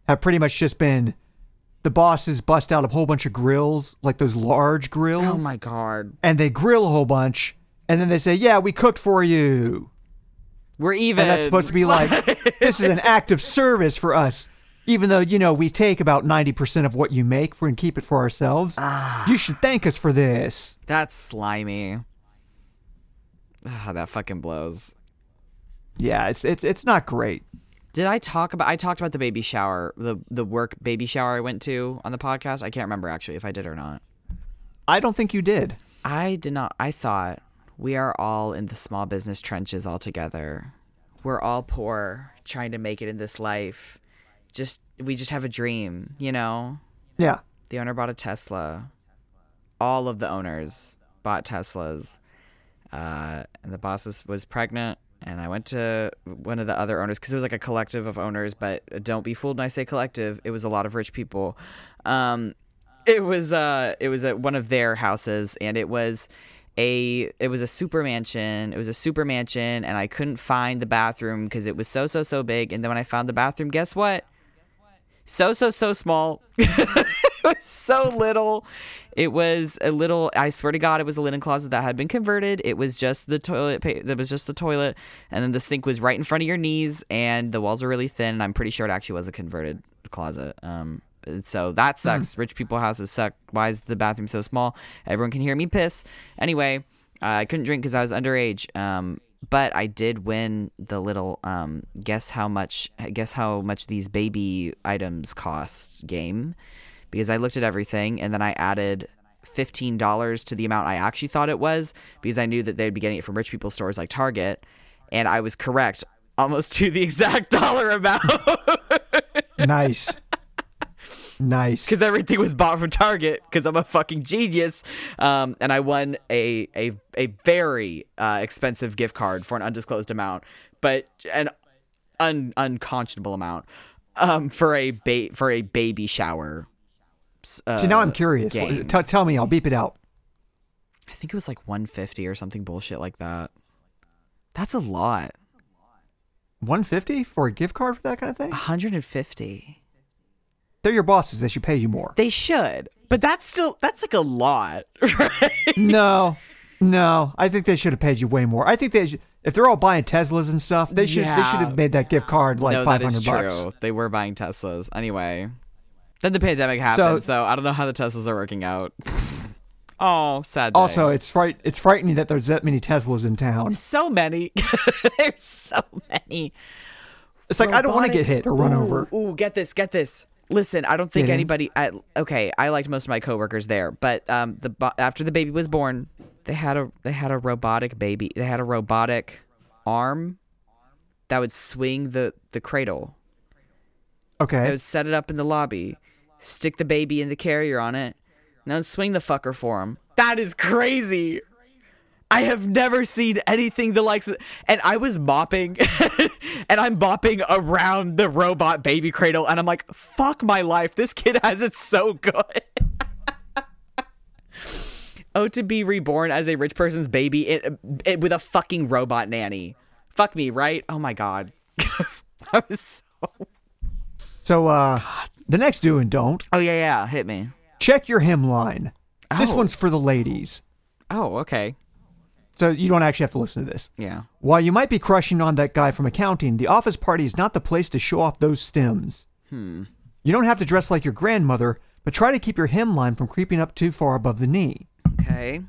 [SPEAKER 1] have pretty much just been the bosses bust out a whole bunch of grills, like those large grills,
[SPEAKER 2] Oh my god.
[SPEAKER 1] and they grill a whole bunch, and then they say, "Yeah, we cooked for you,"
[SPEAKER 2] We're even.
[SPEAKER 1] and that's supposed to be like, "This is an act of service for us." Even though you know we take about ninety percent of what you make for and keep it for ourselves,
[SPEAKER 2] Ah.
[SPEAKER 1] you should thank us for this.
[SPEAKER 2] That's slimy. Ah, that fucking blows.
[SPEAKER 1] Yeah, it's it's it's not great.
[SPEAKER 2] Did I talk about? I talked about the baby shower, the the work baby shower I went to on the podcast. I can't remember actually if I did or not.
[SPEAKER 1] I don't think you did.
[SPEAKER 2] I did not. I thought we are all in the small business trenches all together. We're all poor, trying to make it in this life. Just we just have a dream, you know.
[SPEAKER 1] Yeah,
[SPEAKER 2] The owner bought a Tesla. All of the owners bought Teslas. Uh, and the boss was, was pregnant. And I went to one of the other owners because it was like a collective of owners, but don't be fooled when I say collective. It was a lot of rich people. Um, it was uh, it was at one of their houses, and it was a it was a super mansion. It was a super mansion, and I couldn't find the bathroom because it was so so so big. And then when I found the bathroom, guess what? so so so small it was so little it was a little i swear to god it was a linen closet that had been converted it was just the toilet pa- that was just the toilet and then the sink was right in front of your knees and the walls were really thin and i'm pretty sure it actually was a converted closet um and so that sucks rich people houses suck why is the bathroom so small everyone can hear me piss anyway uh, i couldn't drink because i was underage um but I did win the little um, guess how much guess how much these baby items cost game because I looked at everything and then I added fifteen dollars to the amount I actually thought it was because I knew that they'd be getting it from rich people stores like Target and I was correct almost to the exact dollar amount
[SPEAKER 1] nice, nice.
[SPEAKER 2] because everything was bought from Target because I'm a fucking genius. Um, and I won a a a very uh, expensive gift card for an undisclosed amount, but an un, unconscionable amount um, for a ba- for a baby shower. s- Uh,
[SPEAKER 1] See, now I'm curious.
[SPEAKER 2] game.
[SPEAKER 1] T- tell me, I'll beep it out.
[SPEAKER 2] I think it was like 150 or something bullshit like that. That's a lot.
[SPEAKER 1] 150 for a gift card for that kind of thing?
[SPEAKER 2] 150.
[SPEAKER 1] They're your bosses. They should pay you more.
[SPEAKER 2] They should, but that's still that's like a lot, right?
[SPEAKER 1] no, no. I think they should have paid you way more. I think they should, if they're all buying Teslas and stuff, they should they
[SPEAKER 2] Yeah.
[SPEAKER 1] should have made that gift card like
[SPEAKER 2] no, that
[SPEAKER 1] 500
[SPEAKER 2] is true.
[SPEAKER 1] bucks.
[SPEAKER 2] They were buying Teslas anyway. Then the pandemic happened, so, I don't know how the Teslas are working out. oh, sad. Day.
[SPEAKER 1] Also, it's fright it's frightening that there's that many Teslas in town.
[SPEAKER 2] so many. There's so many.
[SPEAKER 1] It's like I don't want to get hit or run
[SPEAKER 2] Ooh,
[SPEAKER 1] over.
[SPEAKER 2] Ooh, get this, get this. Listen, I don't think
[SPEAKER 1] Get in.
[SPEAKER 2] anybody. I, okay, I liked most of my coworkers there, but um, the bo- after the baby was born, they had a they had a robotic baby. They had a robotic arm that would swing the the cradle. I
[SPEAKER 1] Okay.
[SPEAKER 2] would set it up in the lobby, stick the baby in the carrier on it, and then swing the fucker for him. That is crazy. I have never seen anything the likes of. And I was mopping, and I'm mopping around the robot baby cradle, and I'm like, fuck my life. This kid has it so good. oh, to be reborn as a rich person's baby it, it, with a fucking robot nanny. Fuck me, right? Oh my god. I was so.
[SPEAKER 1] so uh the next do and don't,
[SPEAKER 2] Oh, yeah, yeah. Hit me.
[SPEAKER 1] check your hemline. This
[SPEAKER 2] Oh.
[SPEAKER 1] one's for the ladies.
[SPEAKER 2] Oh, okay.
[SPEAKER 1] So you don't actually have to listen to this.
[SPEAKER 2] Yeah.
[SPEAKER 1] While you might be crushing on that guy from accounting, the office party is not the place to show off those stems. Hmm. You don't have to dress like your grandmother, but try to keep your hemline from creeping up too far above the knee.
[SPEAKER 2] Okay.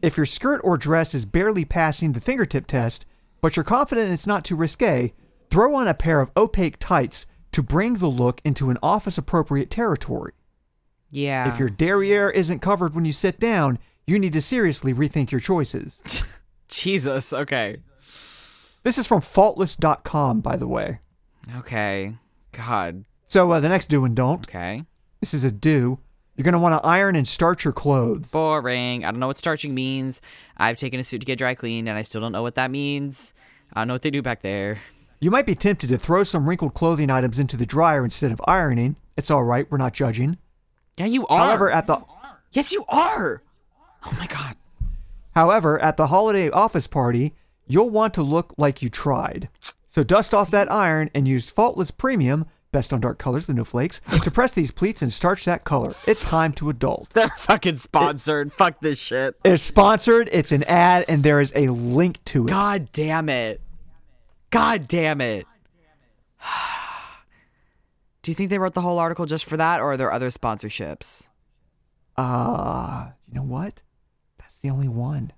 [SPEAKER 1] If your skirt or dress is barely passing the fingertip test, but you're confident it's not too risque, throw on a pair of opaque tights to bring the look into an office appropriate territory.
[SPEAKER 2] Yeah.
[SPEAKER 1] If your derriere isn't covered when you sit down, you need to seriously rethink your choices.
[SPEAKER 2] Jesus, okay.
[SPEAKER 1] This is from faultless.com, by the way.
[SPEAKER 2] Okay. God.
[SPEAKER 1] So uh, the next do and don't.
[SPEAKER 2] Okay.
[SPEAKER 1] This is a do. You're going to want to iron and starch your clothes.
[SPEAKER 2] Boring. I don't know what starching means. I've taken a suit to get dry cleaned, and I still don't know what that means. I don't know what they do back there.
[SPEAKER 1] You might be tempted to throw some wrinkled clothing items into the dryer instead of ironing. It's all right. We're not judging.
[SPEAKER 2] Yeah, you are.
[SPEAKER 1] However, at the
[SPEAKER 2] yes, you are. Oh my god.
[SPEAKER 1] However, at the holiday office party, you'll want to look like you tried. So dust off that iron and use Faultless Premium, best on dark colors with no flakes, to press these pleats and starch that color. It's time to adult.
[SPEAKER 2] They're fucking sponsored. Fuck this shit.
[SPEAKER 1] It's sponsored, it's an ad, and there is a link to it.
[SPEAKER 2] God damn it. God damn it. Do you think they wrote the whole article just for that, or are there other sponsorships?
[SPEAKER 1] Uh, you know what? That's the only one.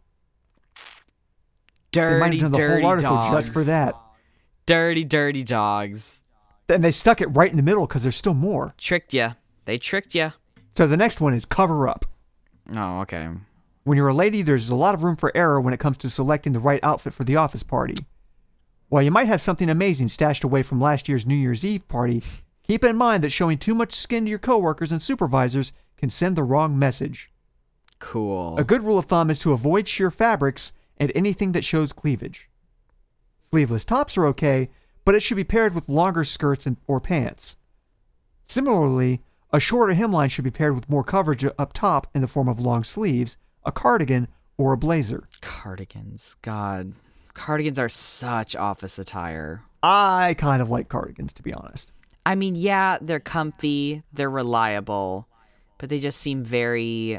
[SPEAKER 1] They might
[SPEAKER 2] Dirty,
[SPEAKER 1] have done the
[SPEAKER 2] dirty
[SPEAKER 1] whole article
[SPEAKER 2] dogs.
[SPEAKER 1] just for that.
[SPEAKER 2] Dirty, dirty dogs.
[SPEAKER 1] And they stuck it right in the middle because there's still more.
[SPEAKER 2] Tricked ya. They tricked ya.
[SPEAKER 1] So the next one is cover up.
[SPEAKER 2] Oh, okay.
[SPEAKER 1] When you're a lady, there's a lot of room for error when it comes to selecting the right outfit for the office party. While you might have something amazing stashed away from last year's New Year's Eve party, keep in mind that showing too much skin to your coworkers and supervisors can send the wrong message.
[SPEAKER 2] Cool.
[SPEAKER 1] A good rule of thumb is to avoid sheer fabrics and anything that shows cleavage. Sleeveless tops are okay, but it should be paired with longer skirts and, or pants. Similarly, a shorter hemline should be paired with more coverage up top in the form of long sleeves, a cardigan, or a blazer.
[SPEAKER 2] Cardigans. God. Cardigans are such office attire.
[SPEAKER 1] I kind of like cardigans, to be honest.
[SPEAKER 2] I mean, yeah, they're comfy, they're reliable, but they just seem very.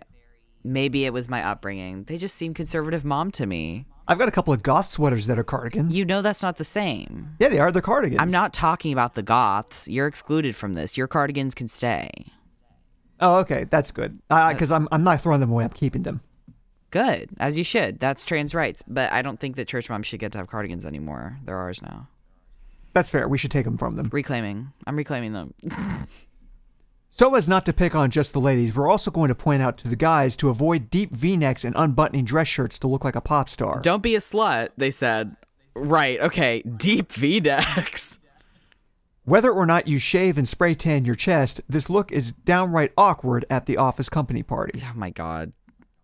[SPEAKER 2] Maybe it was my upbringing. They just seem conservative mom to me.
[SPEAKER 1] I've got a couple of goth sweaters that are cardigans.
[SPEAKER 2] You know that's not the same.
[SPEAKER 1] yeah, they are. They're cardigans.
[SPEAKER 2] I'm not talking about the goths. You're excluded from this. Your cardigans can stay.
[SPEAKER 1] Oh, okay. That's good. Because I'm, I'm not throwing them away. I'm keeping them.
[SPEAKER 2] Good, as you should. That's trans rights. But I don't think that church moms should get to have cardigans anymore. They're ours now.
[SPEAKER 1] That's fair. We should take them from them.
[SPEAKER 2] Reclaiming. I'm reclaiming them.
[SPEAKER 1] So as not to pick on just the ladies, we're also going to point out to the guys to avoid deep V-necks and unbuttoning dress shirts to look like a pop star.
[SPEAKER 2] Don't be a slut, they said. Right, okay. Deep V decks.
[SPEAKER 1] Whether or not you shave and spray tan your chest, this look is downright awkward at the office company party.
[SPEAKER 2] Oh my god.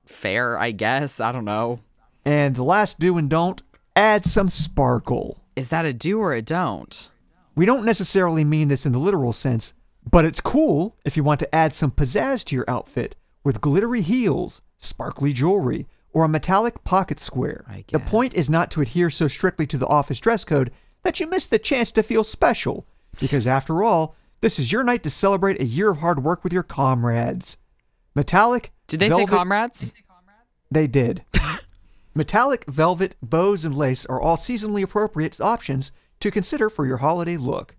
[SPEAKER 2] Fair, I guess. I don't know.
[SPEAKER 1] And the last do and don't, add some sparkle.
[SPEAKER 2] Is that a do or a don't?
[SPEAKER 1] We don't necessarily mean this in the literal sense, but it's cool if you want to add some pizzazz to your outfit with glittery heels, sparkly jewelry, or a metallic pocket square.
[SPEAKER 2] I
[SPEAKER 1] The point
[SPEAKER 2] guess.
[SPEAKER 1] is not to adhere so strictly to the office dress code that you miss the chance to feel special, because after all, this is your night to celebrate a year of hard work with your comrades. Metallic.
[SPEAKER 2] Did they
[SPEAKER 1] velvet-
[SPEAKER 2] say comrades?
[SPEAKER 1] They did. Metallic, velvet, bows, and lace are all seasonally appropriate options to consider for your holiday look.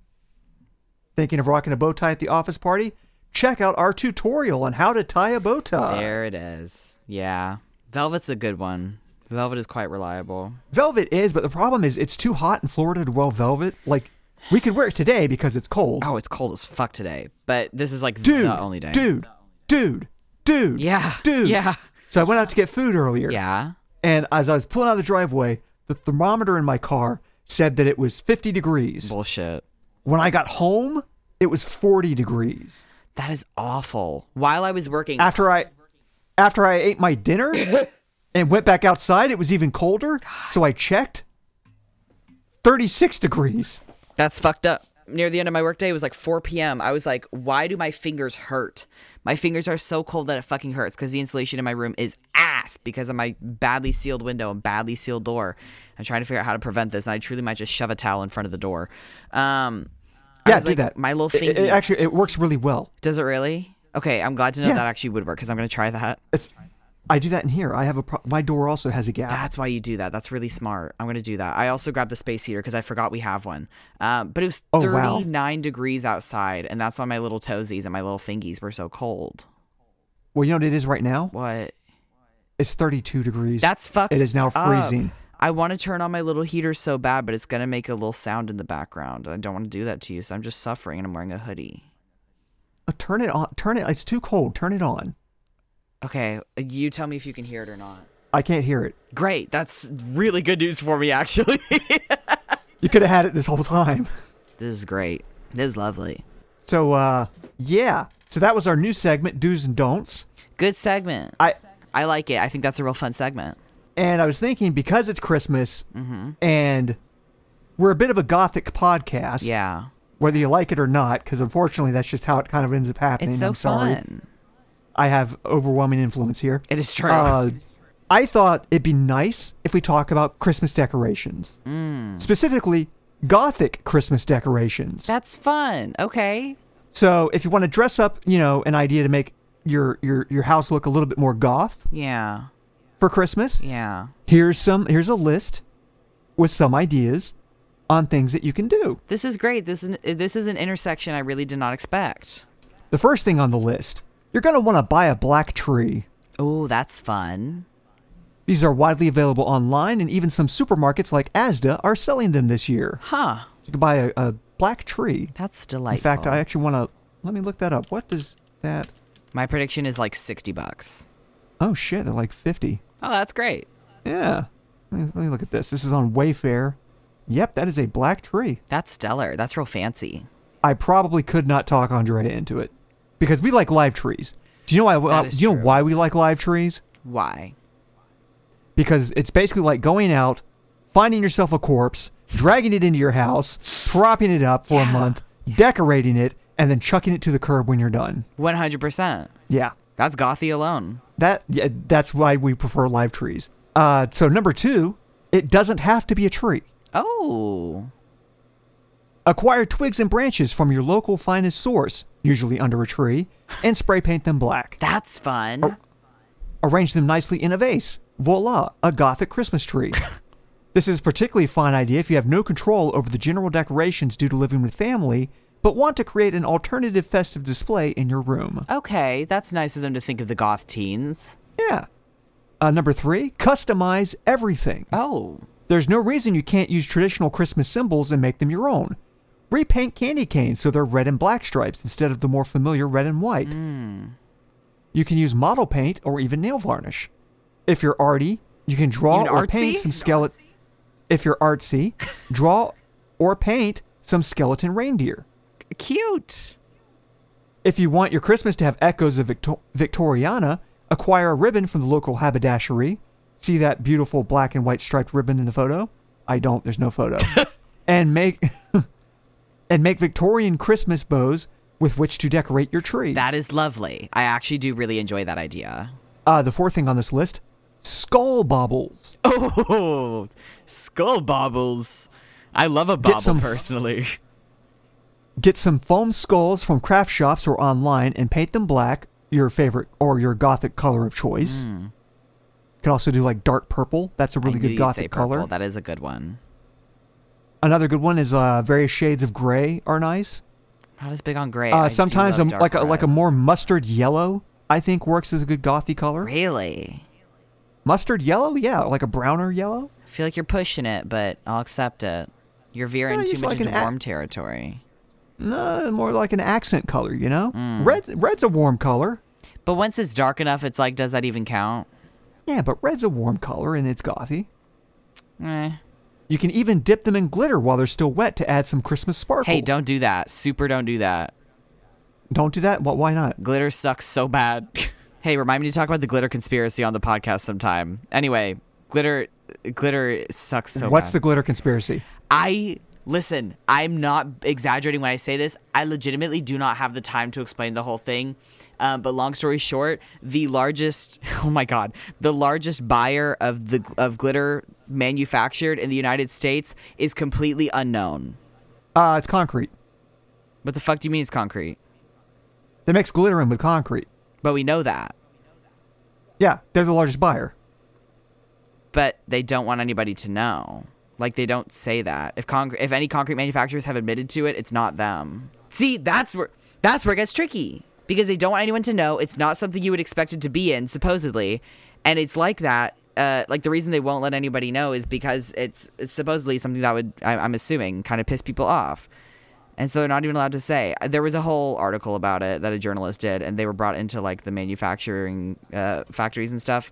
[SPEAKER 1] Thinking of rocking a bow tie at the office party? Check out our tutorial on how to tie a bow tie.
[SPEAKER 2] There it is. Yeah. Velvet's a good one. Velvet is quite reliable.
[SPEAKER 1] Velvet is, but the problem is it's too hot in Florida to wear velvet. Like, we could wear it today because it's cold.
[SPEAKER 2] Oh, it's cold as fuck today. But this is like
[SPEAKER 1] dude,
[SPEAKER 2] the only day.
[SPEAKER 1] dude, dude, dude,
[SPEAKER 2] Yeah,
[SPEAKER 1] dude.
[SPEAKER 2] yeah.
[SPEAKER 1] So I went out to get food earlier.
[SPEAKER 2] Yeah.
[SPEAKER 1] And as I was pulling out of the driveway, the thermometer in my car said that it was 50 degrees.
[SPEAKER 2] Bullshit.
[SPEAKER 1] When I got home, it was 40 degrees.
[SPEAKER 2] That is awful. While I was working,
[SPEAKER 1] After I after I ate my dinner and went back outside, it was even colder. So I checked 36 degrees.
[SPEAKER 2] That's fucked up. Near the end of my workday, it was like 4 p.m. I was like, why do my fingers hurt? My fingers are so cold that it fucking hurts because the insulation in my room is ass because of my badly sealed window and badly sealed door. I'm trying to figure out how to prevent this, and I truly might just shove a towel in front of the door. Um, I
[SPEAKER 1] Yeah,
[SPEAKER 2] was
[SPEAKER 1] do
[SPEAKER 2] like,
[SPEAKER 1] that.
[SPEAKER 2] My little
[SPEAKER 1] It-
[SPEAKER 2] fingies.
[SPEAKER 1] it- it actually it works really well.
[SPEAKER 2] does it really? Okay, I'm glad to know
[SPEAKER 1] Yeah.
[SPEAKER 2] that actually would work because I'm gonna try that.
[SPEAKER 1] It's I do that in here. I have a pro- my door also has a gap.
[SPEAKER 2] That's why you do that. That's really smart. I'm gonna do that. I also grabbed the space heater because I forgot we have one. Um, but it was
[SPEAKER 1] Oh, wow.
[SPEAKER 2] 39 degrees outside, and that's why my little toesies and my little fingies were so cold.
[SPEAKER 1] Well, you know what it is right now?
[SPEAKER 2] What?
[SPEAKER 1] It's 32 degrees.
[SPEAKER 2] That's fucked.
[SPEAKER 1] It is now
[SPEAKER 2] up.
[SPEAKER 1] freezing.
[SPEAKER 2] I want to turn on my little heater so bad, but it's gonna make a little sound in the background. I don't want to do that to you, so I'm just suffering, and I'm wearing a hoodie.
[SPEAKER 1] Uh, Turn it on. Turn it. It's too cold. Turn it on.
[SPEAKER 2] Okay, uh, you tell me if you can hear it or not.
[SPEAKER 1] I can't hear it.
[SPEAKER 2] Great, that's really good news for me, actually.
[SPEAKER 1] You could have had it this whole time.
[SPEAKER 2] this is great. This is lovely.
[SPEAKER 1] So uh yeah. So that was our new segment, Do's and Don'ts.
[SPEAKER 2] Good segment.
[SPEAKER 1] I
[SPEAKER 2] I like it. I think that's a real fun segment.
[SPEAKER 1] and I was thinking because it's Christmas
[SPEAKER 2] Mm-hmm.
[SPEAKER 1] and we're a bit of a gothic podcast,
[SPEAKER 2] Yeah.
[SPEAKER 1] whether you like it or not, because unfortunately that's just how it kind of ends up happening.
[SPEAKER 2] It's so
[SPEAKER 1] I'm sorry.
[SPEAKER 2] fun. Oh,
[SPEAKER 1] I have overwhelming influence here.
[SPEAKER 2] It is true.
[SPEAKER 1] Uh, I thought it'd be nice if we talk about Christmas decorations,
[SPEAKER 2] Mm.
[SPEAKER 1] specifically Gothic Christmas decorations.
[SPEAKER 2] that's fun. Okay.
[SPEAKER 1] so if you want to dress up, you know, an idea to make your your your house look a little bit more goth
[SPEAKER 2] Yeah.
[SPEAKER 1] for Christmas,
[SPEAKER 2] Yeah.
[SPEAKER 1] here's some here's a list with some ideas on things that you can do.
[SPEAKER 2] This is great. This is this is an intersection I really did not expect.
[SPEAKER 1] The first thing on the list, you're going to want to buy a black tree.
[SPEAKER 2] Oh, that's fun.
[SPEAKER 1] These are widely available online, and even some supermarkets like Asda are selling them this year.
[SPEAKER 2] Huh.
[SPEAKER 1] You can buy a, a black tree.
[SPEAKER 2] That's delightful.
[SPEAKER 1] In fact, I actually want to let me look that up. What does that?
[SPEAKER 2] my prediction is like 60 bucks.
[SPEAKER 1] Oh shit, they're like fifty.
[SPEAKER 2] Oh, that's great.
[SPEAKER 1] Yeah. Let me, let me look at this. This is on Wayfair. Yep, that is a black tree.
[SPEAKER 2] That's stellar. That's real fancy.
[SPEAKER 1] I probably could not talk Andrea into it because we like live trees. Do you know why?
[SPEAKER 2] That
[SPEAKER 1] uh,
[SPEAKER 2] is
[SPEAKER 1] do you know
[SPEAKER 2] true.
[SPEAKER 1] why we like live trees?
[SPEAKER 2] Why?
[SPEAKER 1] Because it's basically like going out, finding yourself a corpse, dragging it into your house, propping it up for a
[SPEAKER 2] Yeah.
[SPEAKER 1] month, decorating it, and then chucking it to the curb when you're done.
[SPEAKER 2] 100%.
[SPEAKER 1] Yeah.
[SPEAKER 2] That's gothy alone.
[SPEAKER 1] That yeah, that's why we prefer live trees. Uh, so number two, it doesn't have to be a tree.
[SPEAKER 2] Oh.
[SPEAKER 1] Acquire twigs and branches from your local finest source, usually under a tree, and spray paint them black.
[SPEAKER 2] That's fun.
[SPEAKER 1] Arrange them nicely in a vase. Voila, a gothic Christmas tree. this is a particularly fine idea if you have no control over the general decorations due to living with family, but want to create an alternative festive display in your room.
[SPEAKER 2] Okay, that's nice of them to think of the goth teens.
[SPEAKER 1] Yeah. Uh, number three, customize everything.
[SPEAKER 2] Oh.
[SPEAKER 1] There's no reason you can't use traditional Christmas symbols and make them your own. Repaint candy canes so they're red and black stripes instead of the more familiar red and white. You can use model paint or even nail varnish. If you're arty, you can draw
[SPEAKER 2] You're
[SPEAKER 1] or
[SPEAKER 2] artsy?
[SPEAKER 1] paint some
[SPEAKER 2] You're
[SPEAKER 1] skeleton. If you're artsy, draw or paint some skeleton reindeer.
[SPEAKER 2] Cute.
[SPEAKER 1] If you want your Christmas to have echoes of Victor- Victoriana, acquire a ribbon from the local haberdashery. See that beautiful black and white striped ribbon in the photo? I don't. There's no photo. and make and make Victorian Christmas bows with which to decorate your tree.
[SPEAKER 2] That is lovely. I actually do really enjoy that idea.
[SPEAKER 1] uh, the fourth thing on this list: skull baubles.
[SPEAKER 2] Oh, skull bobbles. I love a bobble
[SPEAKER 1] some-
[SPEAKER 2] personally.
[SPEAKER 1] Get some foam skulls from craft shops or online and paint them black, your favorite or your gothic color of choice. You Can also do like dark purple. That's a
[SPEAKER 2] Hmm. I
[SPEAKER 1] really
[SPEAKER 2] knew
[SPEAKER 1] good
[SPEAKER 2] you'd say
[SPEAKER 1] gothic
[SPEAKER 2] purple.
[SPEAKER 1] color.
[SPEAKER 2] That is a good one.
[SPEAKER 1] Another good one is uh, various shades of gray are nice.
[SPEAKER 2] Not as big on gray. I
[SPEAKER 1] Uh,
[SPEAKER 2] do
[SPEAKER 1] sometimes a,
[SPEAKER 2] love dark
[SPEAKER 1] like a, like a
[SPEAKER 2] red.
[SPEAKER 1] more mustard yellow, I think works as a good gothy color.
[SPEAKER 2] really.
[SPEAKER 1] Mustard yellow, yeah, like a browner yellow.
[SPEAKER 2] I feel like you're pushing it, but I'll accept it. You're veering
[SPEAKER 1] Yeah,
[SPEAKER 2] too
[SPEAKER 1] it's
[SPEAKER 2] much
[SPEAKER 1] like
[SPEAKER 2] into
[SPEAKER 1] an a-
[SPEAKER 2] warm territory.
[SPEAKER 1] No, more like an accent color, you know.
[SPEAKER 2] Hmm.
[SPEAKER 1] Red red's a warm color.
[SPEAKER 2] But once it's dark enough, it's like, does that even count?
[SPEAKER 1] Yeah, but red's a warm color and it's gothy.
[SPEAKER 2] Eh.
[SPEAKER 1] You can even dip them in glitter while they're still wet to add some Christmas sparkle.
[SPEAKER 2] Hey, don't do that. Super, don't do that.
[SPEAKER 1] don't do that. Wh- Why not?
[SPEAKER 2] Glitter sucks so bad. hey, remind me to talk about the glitter conspiracy on the podcast sometime. Anyway, glitter, glitter sucks so.
[SPEAKER 1] What's
[SPEAKER 2] bad.
[SPEAKER 1] the glitter conspiracy?
[SPEAKER 2] I listen, I'm not exaggerating when I say this. I legitimately do not have the time to explain the whole thing. Um, but long story short, the largest oh my god, the largest buyer of the of glitter manufactured in the United States is completely unknown.
[SPEAKER 1] Uh, it's concrete.
[SPEAKER 2] What the fuck do you mean it's concrete?
[SPEAKER 1] They mix glitter in with concrete.
[SPEAKER 2] But we know that.
[SPEAKER 1] Yeah, they're the largest buyer.
[SPEAKER 2] But they don't want anybody to know. Like they don't say that. If con- if any concrete manufacturers have admitted to it, it's not them. See, that's where that's where it gets tricky because they don't want anyone to know. It's not something you would expect it to be in, supposedly, and it's like that. Uh, like the reason they won't let anybody know is because it's, it's supposedly something that would I- I'm assuming kind of piss people off, and so they're not even allowed to say. There was a whole article about it that a journalist did, and they were brought into like the manufacturing uh, factories and stuff,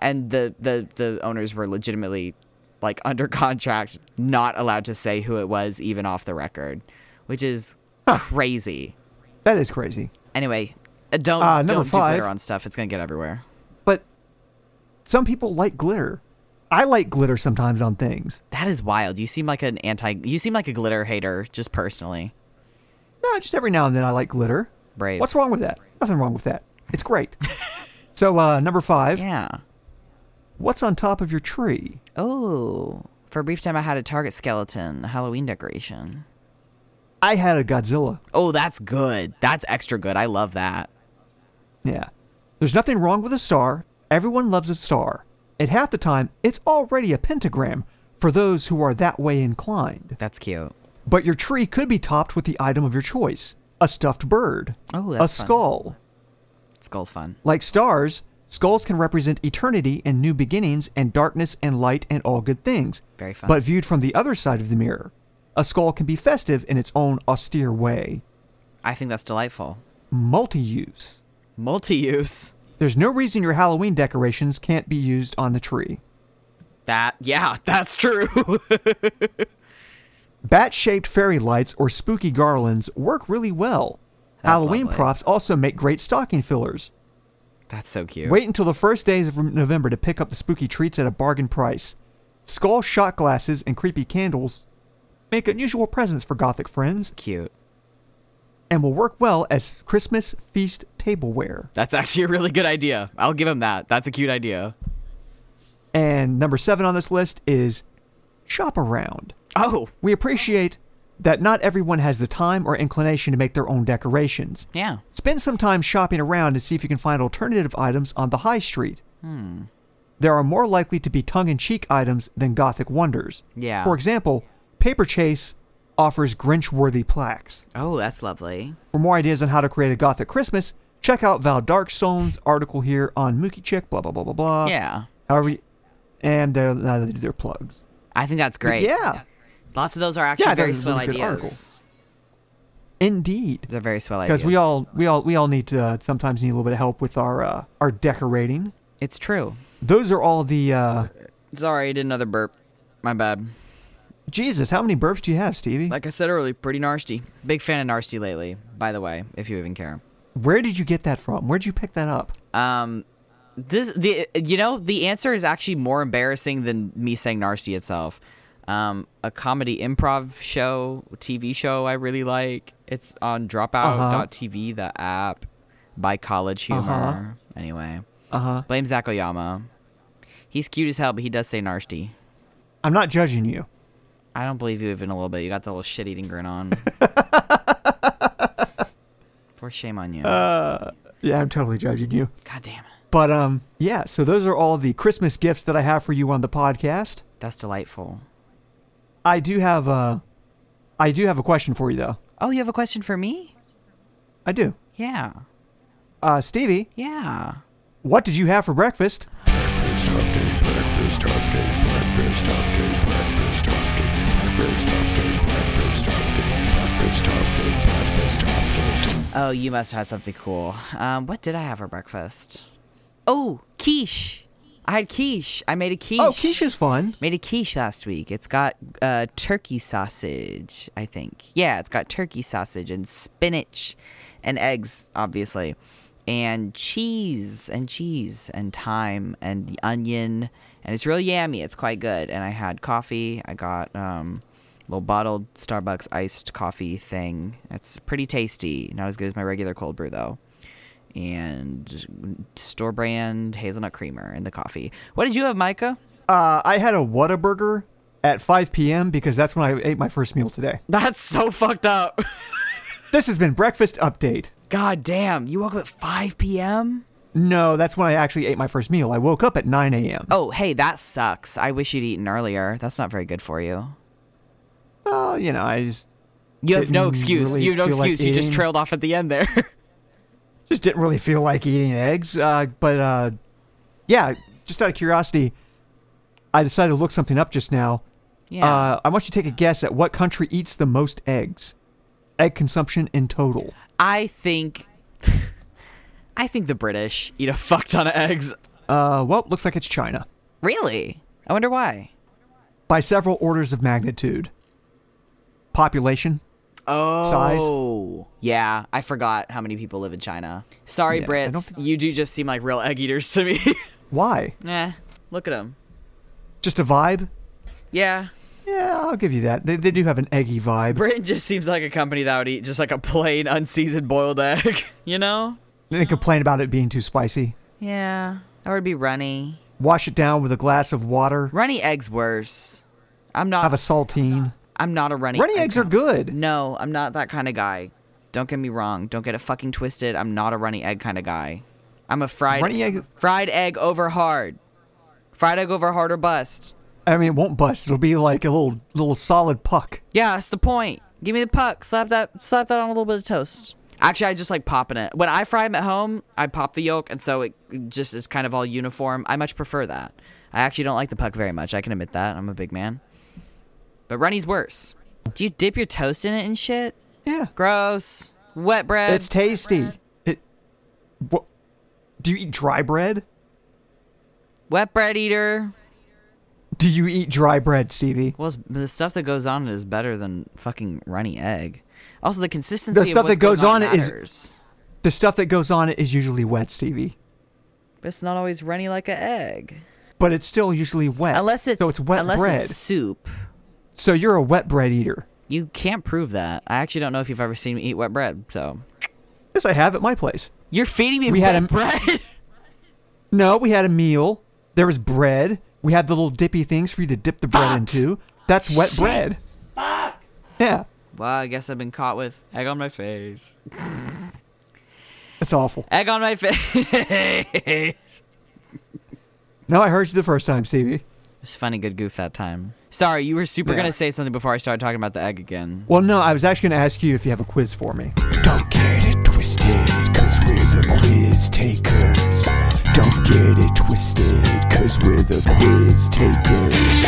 [SPEAKER 2] and the the the owners were legitimately like under contract, not allowed to say who it was, even off the record, which is crazy.
[SPEAKER 1] That is crazy.
[SPEAKER 2] Anyway, uh, don't
[SPEAKER 1] Uh, number
[SPEAKER 2] don't do
[SPEAKER 1] five.
[SPEAKER 2] glitter on stuff. It's gonna get everywhere.
[SPEAKER 1] But some people like glitter. I like glitter sometimes on things.
[SPEAKER 2] That is wild. You seem like an anti. You seem like a glitter hater, just personally.
[SPEAKER 1] No, just every now and then I like glitter.
[SPEAKER 2] Brave.
[SPEAKER 1] What's wrong with that? Nothing wrong with that. It's great. so uh, number five,
[SPEAKER 2] Yeah.
[SPEAKER 1] what's on top of your tree?
[SPEAKER 2] Oh, for a brief time, I had a Target skeleton Halloween decoration.
[SPEAKER 1] I had a Godzilla.
[SPEAKER 2] Oh, that's good. That's extra good. I love that.
[SPEAKER 1] Yeah. There's nothing wrong with a star. Everyone loves a star. And half the time, it's already a pentagram for those who are that way inclined.
[SPEAKER 2] That's cute.
[SPEAKER 1] But your tree could be topped with the item of your choice a stuffed bird,
[SPEAKER 2] Oh,
[SPEAKER 1] a
[SPEAKER 2] that's fun.
[SPEAKER 1] skull.
[SPEAKER 2] Skull's fun.
[SPEAKER 1] Like stars, skulls can represent eternity and new beginnings and darkness and light and all good things.
[SPEAKER 2] Very fun.
[SPEAKER 1] But viewed from the other side of the mirror, a skull can be festive in its own austere way.
[SPEAKER 2] I think that's delightful.
[SPEAKER 1] Multi use.
[SPEAKER 2] Multi use.
[SPEAKER 1] There's no reason your Halloween decorations can't be used on the tree.
[SPEAKER 2] That, yeah, that's true.
[SPEAKER 1] Bat shaped fairy lights or spooky garlands work really well.
[SPEAKER 2] That's
[SPEAKER 1] Halloween
[SPEAKER 2] lovely.
[SPEAKER 1] props also make great stocking fillers.
[SPEAKER 2] that's so cute.
[SPEAKER 1] Wait until the first days of November to pick up the spooky treats at a bargain price. Skull shot glasses and creepy candles make unusual presents for gothic friends
[SPEAKER 2] Cute.
[SPEAKER 1] and will work well as Christmas feast tableware.
[SPEAKER 2] That's actually a really good idea. I'll give him that. That's a cute idea.
[SPEAKER 1] And number seven on this list is shop around.
[SPEAKER 2] Oh,
[SPEAKER 1] We appreciate that not everyone has the time or inclination to make their own decorations.
[SPEAKER 2] yeah.
[SPEAKER 1] Spend some time shopping around to see if you can find alternative items on the high street.
[SPEAKER 2] Hmm.
[SPEAKER 1] There are more likely to be tongue in cheek items than gothic wonders.
[SPEAKER 2] Yeah.
[SPEAKER 1] For example, Paper Chase offers Grinch worthy plaques.
[SPEAKER 2] Oh, that's lovely.
[SPEAKER 1] For more ideas on how to create a gothic Christmas, check out Val Darkstone's article here on Mookie Chick, blah, blah, blah, blah, blah.
[SPEAKER 2] Yeah.
[SPEAKER 1] However, you- and they're, now they do their plugs.
[SPEAKER 2] I think that's
[SPEAKER 1] But
[SPEAKER 2] great.
[SPEAKER 1] Yeah,
[SPEAKER 2] Lots of those are actually
[SPEAKER 1] Yeah,
[SPEAKER 2] very
[SPEAKER 1] those are
[SPEAKER 2] swell
[SPEAKER 1] really good
[SPEAKER 2] ideas.
[SPEAKER 1] articles. indeed.
[SPEAKER 2] Those are very swell ideas.
[SPEAKER 1] Because we all, we all, we all need to uh, sometimes need a little bit of help with our uh, our decorating.
[SPEAKER 2] It's true.
[SPEAKER 1] Those are all the uh,
[SPEAKER 2] Sorry, I did another burp. My bad.
[SPEAKER 1] Jesus. How many burps do you have, Stevie?
[SPEAKER 2] Like I said earlier, pretty nasty. Big fan of nasty lately, by the way, if you even care.
[SPEAKER 1] Where did you get that from? Where'd you pick that up?
[SPEAKER 2] Um, this the you know the answer is actually more embarrassing than me saying nasty itself. Um, a comedy improv show, TV show I really like. It's on Dropout.tv, the app by College Humor. Anyway,
[SPEAKER 1] Uh huh.
[SPEAKER 2] blame Zach Oyama. He's cute as hell, but he does say nasty.
[SPEAKER 1] I'm not judging you.
[SPEAKER 2] I don't believe you even a little bit. You got the little shit eating grin on. For shame on you.
[SPEAKER 1] Uh. Yeah, I'm totally judging you.
[SPEAKER 2] God damn.
[SPEAKER 1] But um, yeah. So those are all the Christmas gifts that I have for you on the podcast.
[SPEAKER 2] That's delightful.
[SPEAKER 1] I do have a, I do have a question for you though.
[SPEAKER 2] Oh, you have a question for me?
[SPEAKER 1] I do.
[SPEAKER 2] Yeah.
[SPEAKER 1] Uh, Stevie,
[SPEAKER 2] Yeah.
[SPEAKER 1] what did you have for breakfast?
[SPEAKER 3] Breakfast update, breakfast update, breakfast update, breakfast update, breakfast update, breakfast update, breakfast update, breakfast update.
[SPEAKER 2] Oh, you must have had something cool. Um, what did I have for breakfast? Oh, quiche. I had quiche. I made a quiche.
[SPEAKER 1] Oh, quiche is fun.
[SPEAKER 2] Made a quiche last week. It's got uh, turkey sausage, I think. Yeah, it's got turkey sausage and spinach and eggs, obviously, and cheese and cheese and thyme and onion. And it's real yummy. It's quite good. And I had coffee. I got um, a little bottled Starbucks iced coffee thing. It's pretty tasty. Not as good as my regular cold brew, though. And store brand hazelnut creamer in the coffee. What did you have, Micah?
[SPEAKER 1] Uh, I had a Whataburger at 5 p.m. because that's when I ate my first meal today.
[SPEAKER 2] That's so fucked up.
[SPEAKER 1] This has been breakfast update.
[SPEAKER 2] God damn, you woke up at 5 p.m.?
[SPEAKER 1] No, that's when I actually ate my first meal. I woke up at 9 a.m.
[SPEAKER 2] Oh, hey, that sucks. I wish you'd eaten earlier. That's not very good for you.
[SPEAKER 1] Well, you know, I just,
[SPEAKER 2] You have no
[SPEAKER 1] Didn't
[SPEAKER 2] excuse.
[SPEAKER 1] really
[SPEAKER 2] you have no
[SPEAKER 1] feel like
[SPEAKER 2] excuse. you just
[SPEAKER 1] eating.
[SPEAKER 2] trailed off at the end there.
[SPEAKER 1] just didn't really feel like eating eggs. Uh, but uh, yeah, just out of curiosity, I decided to look something up just now.
[SPEAKER 2] yeah.
[SPEAKER 1] Uh, I want you to take a guess at what country eats the most eggs, egg consumption in total.
[SPEAKER 2] I think. I think the British eat a fuck ton of eggs.
[SPEAKER 1] Uh, well, looks like it's China
[SPEAKER 2] Really? I wonder why.
[SPEAKER 1] by several orders of magnitude. Population,
[SPEAKER 2] Oh,
[SPEAKER 1] size.
[SPEAKER 2] yeah. I forgot how many people live in China. Sorry,
[SPEAKER 1] Yeah, I don't
[SPEAKER 2] Brits. You do just seem like real egg eaters to me.
[SPEAKER 1] Why?
[SPEAKER 2] nah, Eh, look at them.
[SPEAKER 1] Just a vibe?
[SPEAKER 2] Yeah,
[SPEAKER 1] Yeah, I'll give you that. They, they do have an eggy vibe.
[SPEAKER 2] Britain just seems like a company that would eat just like a plain unseasoned boiled egg. You know?
[SPEAKER 1] They complain about it being too spicy.
[SPEAKER 2] Yeah, that would be runny.
[SPEAKER 1] Wash it down with a glass of water.
[SPEAKER 2] Runny eggs worse. I'm not.
[SPEAKER 1] Have a saltine.
[SPEAKER 2] I'm not a runny.
[SPEAKER 1] Runny
[SPEAKER 2] egg
[SPEAKER 1] eggs are
[SPEAKER 2] guy.
[SPEAKER 1] good.
[SPEAKER 2] No, I'm not that kind of guy. Don't get me wrong. Don't get it fucking twisted. I'm not a runny egg kind of guy. I'm a fried
[SPEAKER 1] Runny egg-
[SPEAKER 2] fried egg over hard. Fried egg over hard or bust.
[SPEAKER 1] I mean, it won't bust. It'll be like a little little solid puck.
[SPEAKER 2] Yeah, that's the point. Give me the puck. Slap that slap that on a little bit of toast. Actually, I just like popping it. When I fry them at home, I pop the yolk and so it just is kind of all uniform. I much prefer that. I actually don't like the puck very much. I can admit that. I'm a big man. But runny's worse. Do you dip your toast in it and shit?
[SPEAKER 1] Yeah,
[SPEAKER 2] Gross. Wet bread.
[SPEAKER 1] it's tasty. It. What? Do you eat dry bread?
[SPEAKER 2] Wet bread eater.
[SPEAKER 1] Do you eat dry bread, Stevie?
[SPEAKER 2] Well, it's- the stuff that goes on it is better than fucking runny egg. Also, the consistency.
[SPEAKER 1] The
[SPEAKER 2] of
[SPEAKER 1] stuff
[SPEAKER 2] what's
[SPEAKER 1] that goes on
[SPEAKER 2] going
[SPEAKER 1] it is-
[SPEAKER 2] matters.
[SPEAKER 1] The stuff that goes on it is usually wet, Stevie.
[SPEAKER 2] But it's not always runny like an egg.
[SPEAKER 1] But it's still usually wet.
[SPEAKER 2] Unless it's
[SPEAKER 1] so it's wet
[SPEAKER 2] unless
[SPEAKER 1] bread.
[SPEAKER 2] it's soup.
[SPEAKER 1] So you're a wet bread eater.
[SPEAKER 2] You can't prove that. I actually don't know if you've ever seen me eat wet bread. So
[SPEAKER 1] This I have at my place.
[SPEAKER 2] you're feeding me
[SPEAKER 1] We
[SPEAKER 2] wet
[SPEAKER 1] had a-
[SPEAKER 2] bread.
[SPEAKER 1] No, we had a meal. There was bread. We had the little dippy things for you to dip the bread into. That's wet bread. Yeah,
[SPEAKER 2] well, I guess I've been caught with egg on my face.
[SPEAKER 1] it's awful.
[SPEAKER 2] Egg on my face.
[SPEAKER 1] No, I heard you the first time, Stevie.
[SPEAKER 2] It was funny, good goof that time. Sorry, you were super
[SPEAKER 1] Yeah.
[SPEAKER 2] gonna say something before I started talking about the egg again.
[SPEAKER 1] Well, no, I was actually going to ask you if you have a quiz for me.
[SPEAKER 3] Don't get it twisted, cause we're the quiz takers. Don't get it twisted, cause we're the quiz takers.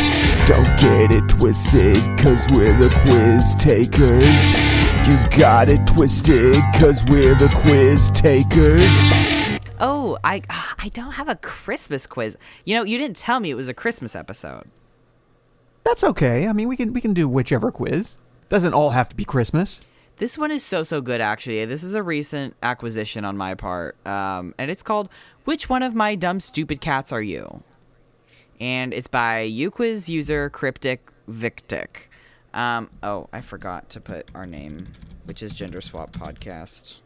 [SPEAKER 3] Don't get it twisted, cause we're the quiz takers. You got it twisted, cause we're the quiz takers.
[SPEAKER 2] Oh, I ah, I don't have a Christmas quiz. You know, you didn't tell me it was a Christmas episode.
[SPEAKER 1] That's okay. I mean, we can we can do whichever quiz. Doesn't all have to be Christmas.
[SPEAKER 2] This one is so so good actually. This is a recent acquisition on my part, um, and it's called "Which one of my dumb stupid cats are you?" And it's by UQuiz user Cryptic Victic. Um, oh, I forgot to put our name, which is Gender Swap Podcast.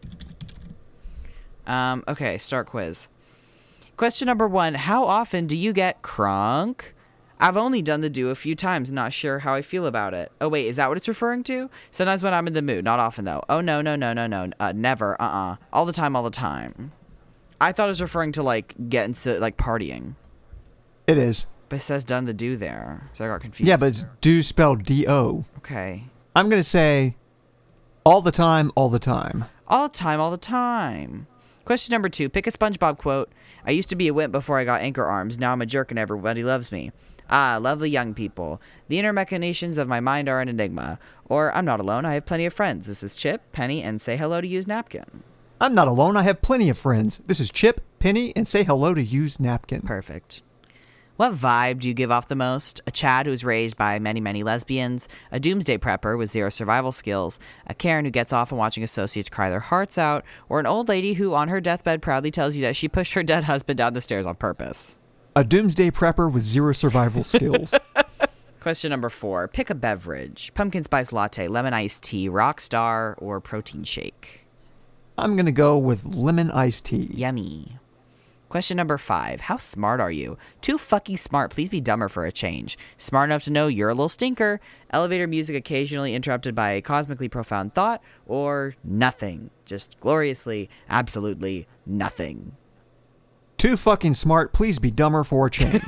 [SPEAKER 2] Um, okay, start quiz. Question number one How often do you get crunk? I've only done the do a few times, not sure how I feel about it. Oh, wait, is that what it's referring to? Sometimes when I'm in the mood, not often though. Oh, no, no, no, no, no. Uh, never. Uh uh All the time, all the time. I thought it was referring to like getting to like partying,
[SPEAKER 1] It is.
[SPEAKER 2] but it says done the do there. So I got confused.
[SPEAKER 1] Yeah, but it's do spelled D O.
[SPEAKER 2] Okay.
[SPEAKER 1] I'm going to say all the time, all the time.
[SPEAKER 2] All the time, all the time. Question number two Pick a SpongeBob quote. I used to be a wimp before I got anchor arms. Now I'm a jerk and everybody loves me. Ah, lovely young people. The inner machinations of my mind are an enigma. Or I'm not alone. I have plenty of friends. This is Chip, Penny, and say hello to use napkin.
[SPEAKER 1] I'm not alone. I have plenty of friends. This is Chip, Penny, and say hello to used napkin.
[SPEAKER 2] Perfect. What vibe do you give off the most? A Chad who's raised by many, many lesbians, a doomsday prepper with zero survival skills, a Karen who gets off on watching associates cry their hearts out, or an old lady who on her deathbed proudly tells you that she pushed her dead husband down the stairs on purpose?
[SPEAKER 1] A doomsday prepper with zero survival skills.
[SPEAKER 2] Question number four Pick a beverage pumpkin spice latte, lemon iced tea, rock star, or protein shake.
[SPEAKER 1] I'm going to go with lemon iced tea.
[SPEAKER 2] Yummy. Question number five. How smart are you? Too fucking smart. Please be dumber for a change. Smart enough to know you're a little stinker. Elevator music occasionally interrupted by a cosmically profound thought, or nothing. Just gloriously, absolutely nothing.
[SPEAKER 1] Too fucking smart. Please be dumber for a change.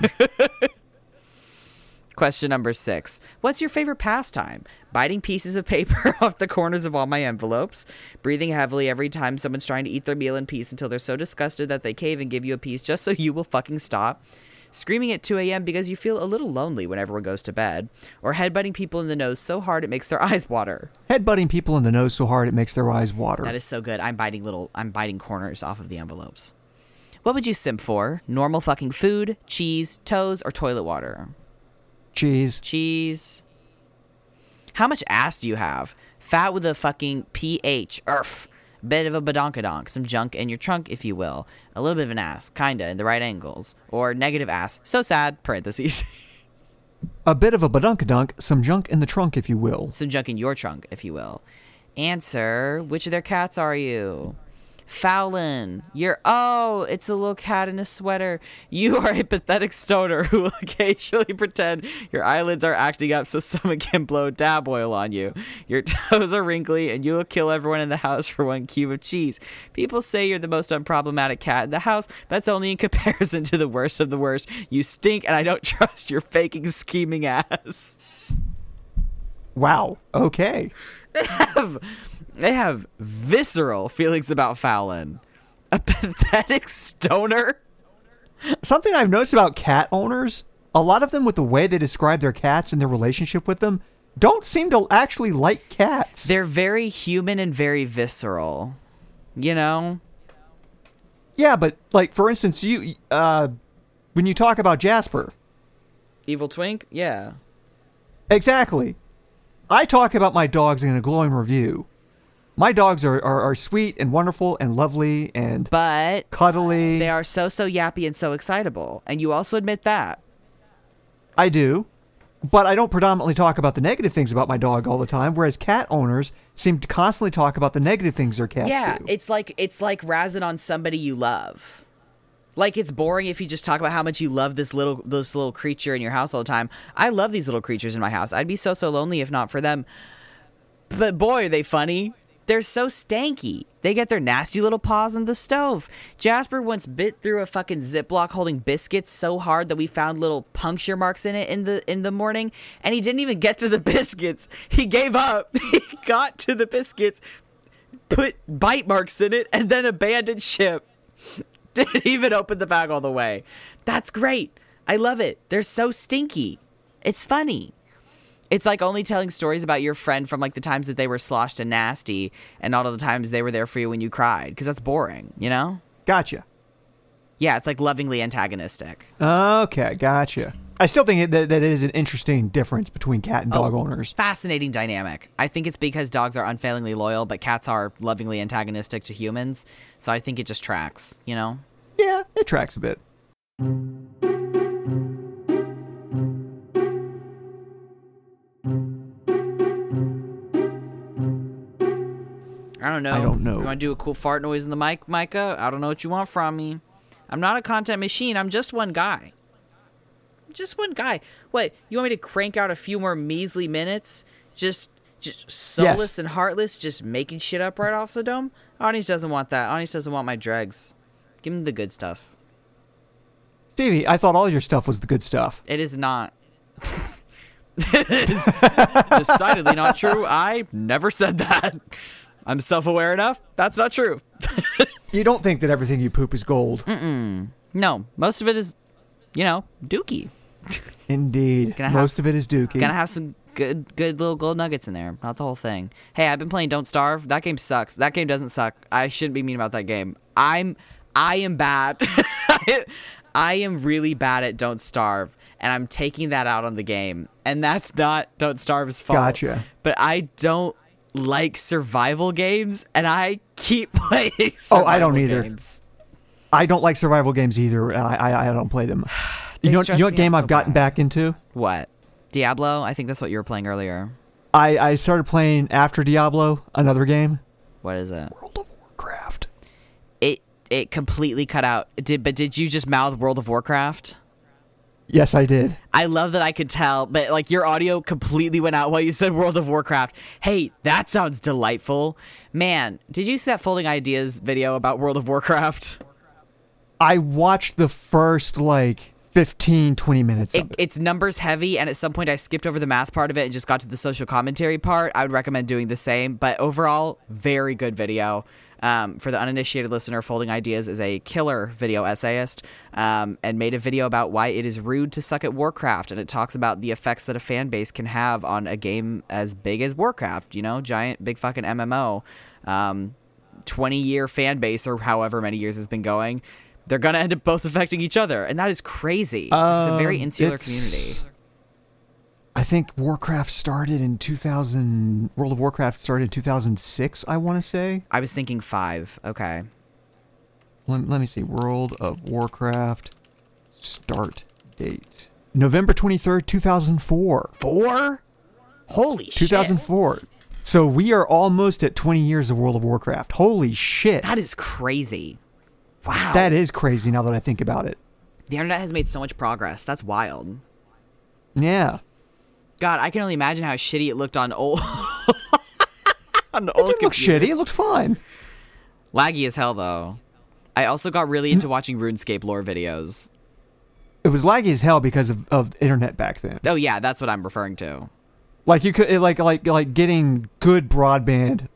[SPEAKER 2] Question number six. What's your favorite pastime? Biting pieces of paper off the corners of all my envelopes, breathing heavily every time someone's trying to eat their meal in piece until they're so disgusted that they cave and give you a piece just so you will fucking stop, screaming at 2 a.m. because you feel a little lonely when everyone goes to bed, or headbutting people in the nose so hard it makes their eyes water.
[SPEAKER 1] Headbutting people in the nose so hard it makes their eyes water.
[SPEAKER 2] That is so good. I'm biting little, I'm biting corners off of the envelopes. What would you simp for? Normal fucking food, cheese, toes, or toilet water?
[SPEAKER 1] Cheese.
[SPEAKER 2] cheese. How much ass do you have? Fat with a fucking pH, erf. Bit of a badonkadonk, some junk in your trunk, if you will. A little bit of an ass, kinda, in the right angles. Or negative ass, so sad, parentheses.
[SPEAKER 1] A bit of a badunkadunk, some junk in the trunk, if you will.
[SPEAKER 2] some junk in your trunk, if you will. Answer, which of their cats are you? Fowlin, you're oh, it's a little cat in a sweater. You are a pathetic stoner who will occasionally pretend your eyelids are acting up so someone can blow dab oil on you. Your toes are wrinkly and you will kill everyone in the house for one cube of cheese. People say you're the most unproblematic cat in the house. That's only in comparison to the worst of the worst. You stink and I don't trust your faking scheming ass.
[SPEAKER 1] Wow. Okay.
[SPEAKER 2] they have visceral feelings about Fallon. A pathetic stoner.
[SPEAKER 1] Something I've noticed about cat owners, a lot of them with the way they describe their cats and their relationship with them, don't seem to actually like cats.
[SPEAKER 2] They're very human and very visceral. You know?
[SPEAKER 1] yeah, but like for instance, you uh when you talk about Jasper,
[SPEAKER 2] Evil Twink? Yeah.
[SPEAKER 1] Exactly. I talk about my dogs in a glowing review. My dogs are, are, are sweet and wonderful and lovely and
[SPEAKER 2] But
[SPEAKER 1] cuddly.
[SPEAKER 2] they are so, so yappy and so excitable. And you also admit that.
[SPEAKER 1] I do. But I don't predominantly talk about the negative things about my dog all the time, whereas cat owners seem to constantly talk about the negative things their cats
[SPEAKER 2] yeah,
[SPEAKER 1] do.
[SPEAKER 2] it's like it's like razzing on somebody you love. Like it's boring if you just talk about how much you love this little this little creature in your house all the time. I love these little creatures in my house. I'd be so so lonely if not for them. But boy, are they funny. They're so stanky. They get their nasty little paws in the stove. Jasper once bit through a fucking Ziploc holding biscuits so hard that we found little puncture marks in it in the in the morning, and he didn't even get to the biscuits. He gave up. He got to the biscuits, put bite marks in it, and then abandoned ship. Didn't even open the bag all the way. That's great. I love it. They're so stinky. It's funny. It's like only telling stories about your friend from like the times that they were sloshed and nasty and not all the times they were there for you when you cried because that's boring, you know?
[SPEAKER 1] Gotcha.
[SPEAKER 2] Yeah, it's like lovingly antagonistic.
[SPEAKER 1] Okay, gotcha. I still think that that is an interesting difference between cat and dog owners.
[SPEAKER 2] Oh, Fascinating dynamic. I think it's because dogs are unfailingly loyal, but cats are lovingly antagonistic to humans. So I think it just tracks, you know?
[SPEAKER 1] Yeah, it tracks a bit.
[SPEAKER 2] I don't know.
[SPEAKER 1] I don't know.
[SPEAKER 2] You want to do a cool fart noise in the mic, Micah? I don't know what you want from me. I'm not a content machine. I'm just one guy. Just one guy. What? You want me to crank out a few more measly minutes? Just, just soulless and heartless, just making shit up right off the dome? Audience doesn't want that. Audience doesn't want my dregs. Give him the good stuff.
[SPEAKER 1] Stevie, I thought all your stuff was the good stuff.
[SPEAKER 2] It is not. it is decidedly not true. I never said that. I'm self aware enough. That's not true.
[SPEAKER 1] You don't think that everything you poop is gold.
[SPEAKER 2] Mm. No, most of it is, you know, dookie.
[SPEAKER 1] Indeed.
[SPEAKER 2] Can I have-
[SPEAKER 1] Most of it is dookie.
[SPEAKER 2] Gonna have some good, good little gold nuggets in there. Not the whole thing. Hey, I've been playing Don't Starve. That game sucks. That game doesn't suck. I shouldn't be mean about that game. I'm, I am bad. I am really bad at Don't Starve, and I'm taking that out on the game. And that's not Don't Starve's fault.
[SPEAKER 1] Gotcha.
[SPEAKER 2] But I don't like survival games, and I keep playing.
[SPEAKER 1] Oh, I don't
[SPEAKER 2] survival
[SPEAKER 1] either.
[SPEAKER 2] games.
[SPEAKER 1] I don't like survival games either. I I, I don't play them.
[SPEAKER 2] They
[SPEAKER 1] You know, you
[SPEAKER 2] stress
[SPEAKER 1] know what
[SPEAKER 2] me out
[SPEAKER 1] game
[SPEAKER 2] so
[SPEAKER 1] I've gotten
[SPEAKER 2] bad.
[SPEAKER 1] back into?
[SPEAKER 2] What? Diablo? I think that's what you were playing earlier.
[SPEAKER 1] I, I started playing after Diablo, another game.
[SPEAKER 2] What is it?
[SPEAKER 1] World of Warcraft.
[SPEAKER 2] It it completely cut out. Did but did you just mouth World of Warcraft?
[SPEAKER 1] Yes, I did.
[SPEAKER 2] I love that I could tell, but like your audio completely went out while you said World of Warcraft. Hey, that sounds delightful. Man, did you see that folding ideas video about World of Warcraft?
[SPEAKER 1] I watched the first like 15, 20 minutes
[SPEAKER 2] It,
[SPEAKER 1] of it.
[SPEAKER 2] it's numbers heavy, and at some point I skipped over the math part of it and just got to the social commentary part. I would recommend doing the same, but overall, very good video. Um, for the uninitiated listener, Folding Ideas is a killer video essayist um, and made a video about why it is rude to suck at Warcraft. And it talks about the effects that a fan base can have on a game as big as Warcraft, you know, giant, big fucking MMO. Um, 20 year fan base, or however many years it's been going. They're going to end up both affecting each other. And that is crazy. it's a very
[SPEAKER 1] Um,
[SPEAKER 2] insular
[SPEAKER 1] it's-
[SPEAKER 2] community.
[SPEAKER 1] I think Warcraft started in 2000. World of Warcraft started in 2006. I want to say.
[SPEAKER 2] I was thinking five. Okay.
[SPEAKER 1] Let, let me see. World of Warcraft start date November 23rd, 2004.
[SPEAKER 2] Four? Holy shit.
[SPEAKER 1] 2004. So we are almost at 20 years of World of Warcraft. Holy shit.
[SPEAKER 2] That is crazy. Wow.
[SPEAKER 1] That is crazy now that I think about it.
[SPEAKER 2] the internet has made so much progress. That's wild.
[SPEAKER 1] Yeah.
[SPEAKER 2] God, I can only imagine how shitty it looked on old. on old
[SPEAKER 1] It looked
[SPEAKER 2] computers.
[SPEAKER 1] shitty. It looked fine.
[SPEAKER 2] laggy as hell though. I also got really into watching RuneScape lore videos.
[SPEAKER 1] It was laggy as hell because of, of the internet back then.
[SPEAKER 2] Oh yeah, that's what I'm referring to.
[SPEAKER 1] Like you could it- like like like getting good broadband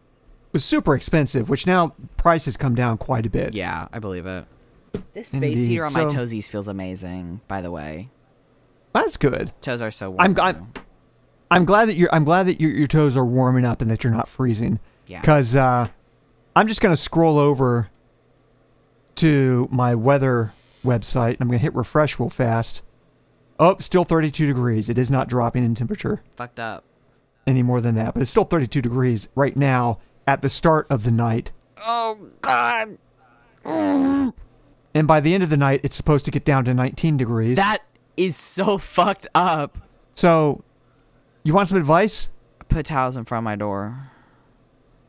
[SPEAKER 1] was super expensive, which now prices come down quite a bit.
[SPEAKER 2] Yeah, I believe it. This space
[SPEAKER 1] Indeed.
[SPEAKER 2] heater on my
[SPEAKER 1] So-
[SPEAKER 2] toesies feels amazing. By the way,
[SPEAKER 1] That's good.
[SPEAKER 2] toes are so warm.
[SPEAKER 1] I'm glad.
[SPEAKER 2] now.
[SPEAKER 1] I'm glad that you're. I'm glad that your your toes are warming up and that you're not freezing.
[SPEAKER 2] Yeah.
[SPEAKER 1] Because uh, I'm just gonna scroll over to my weather website and I'm gonna hit refresh real fast. Oh, still 32 degrees. It is not dropping in temperature
[SPEAKER 2] fucked up.
[SPEAKER 1] any more than that, but it's still 32 degrees right now at the start of the night.
[SPEAKER 2] Oh god,
[SPEAKER 1] And by the end of the night, it's supposed to get down to 19 degrees.
[SPEAKER 2] that is so fucked up.
[SPEAKER 1] so, you want some advice?
[SPEAKER 2] Put towels in front of my door.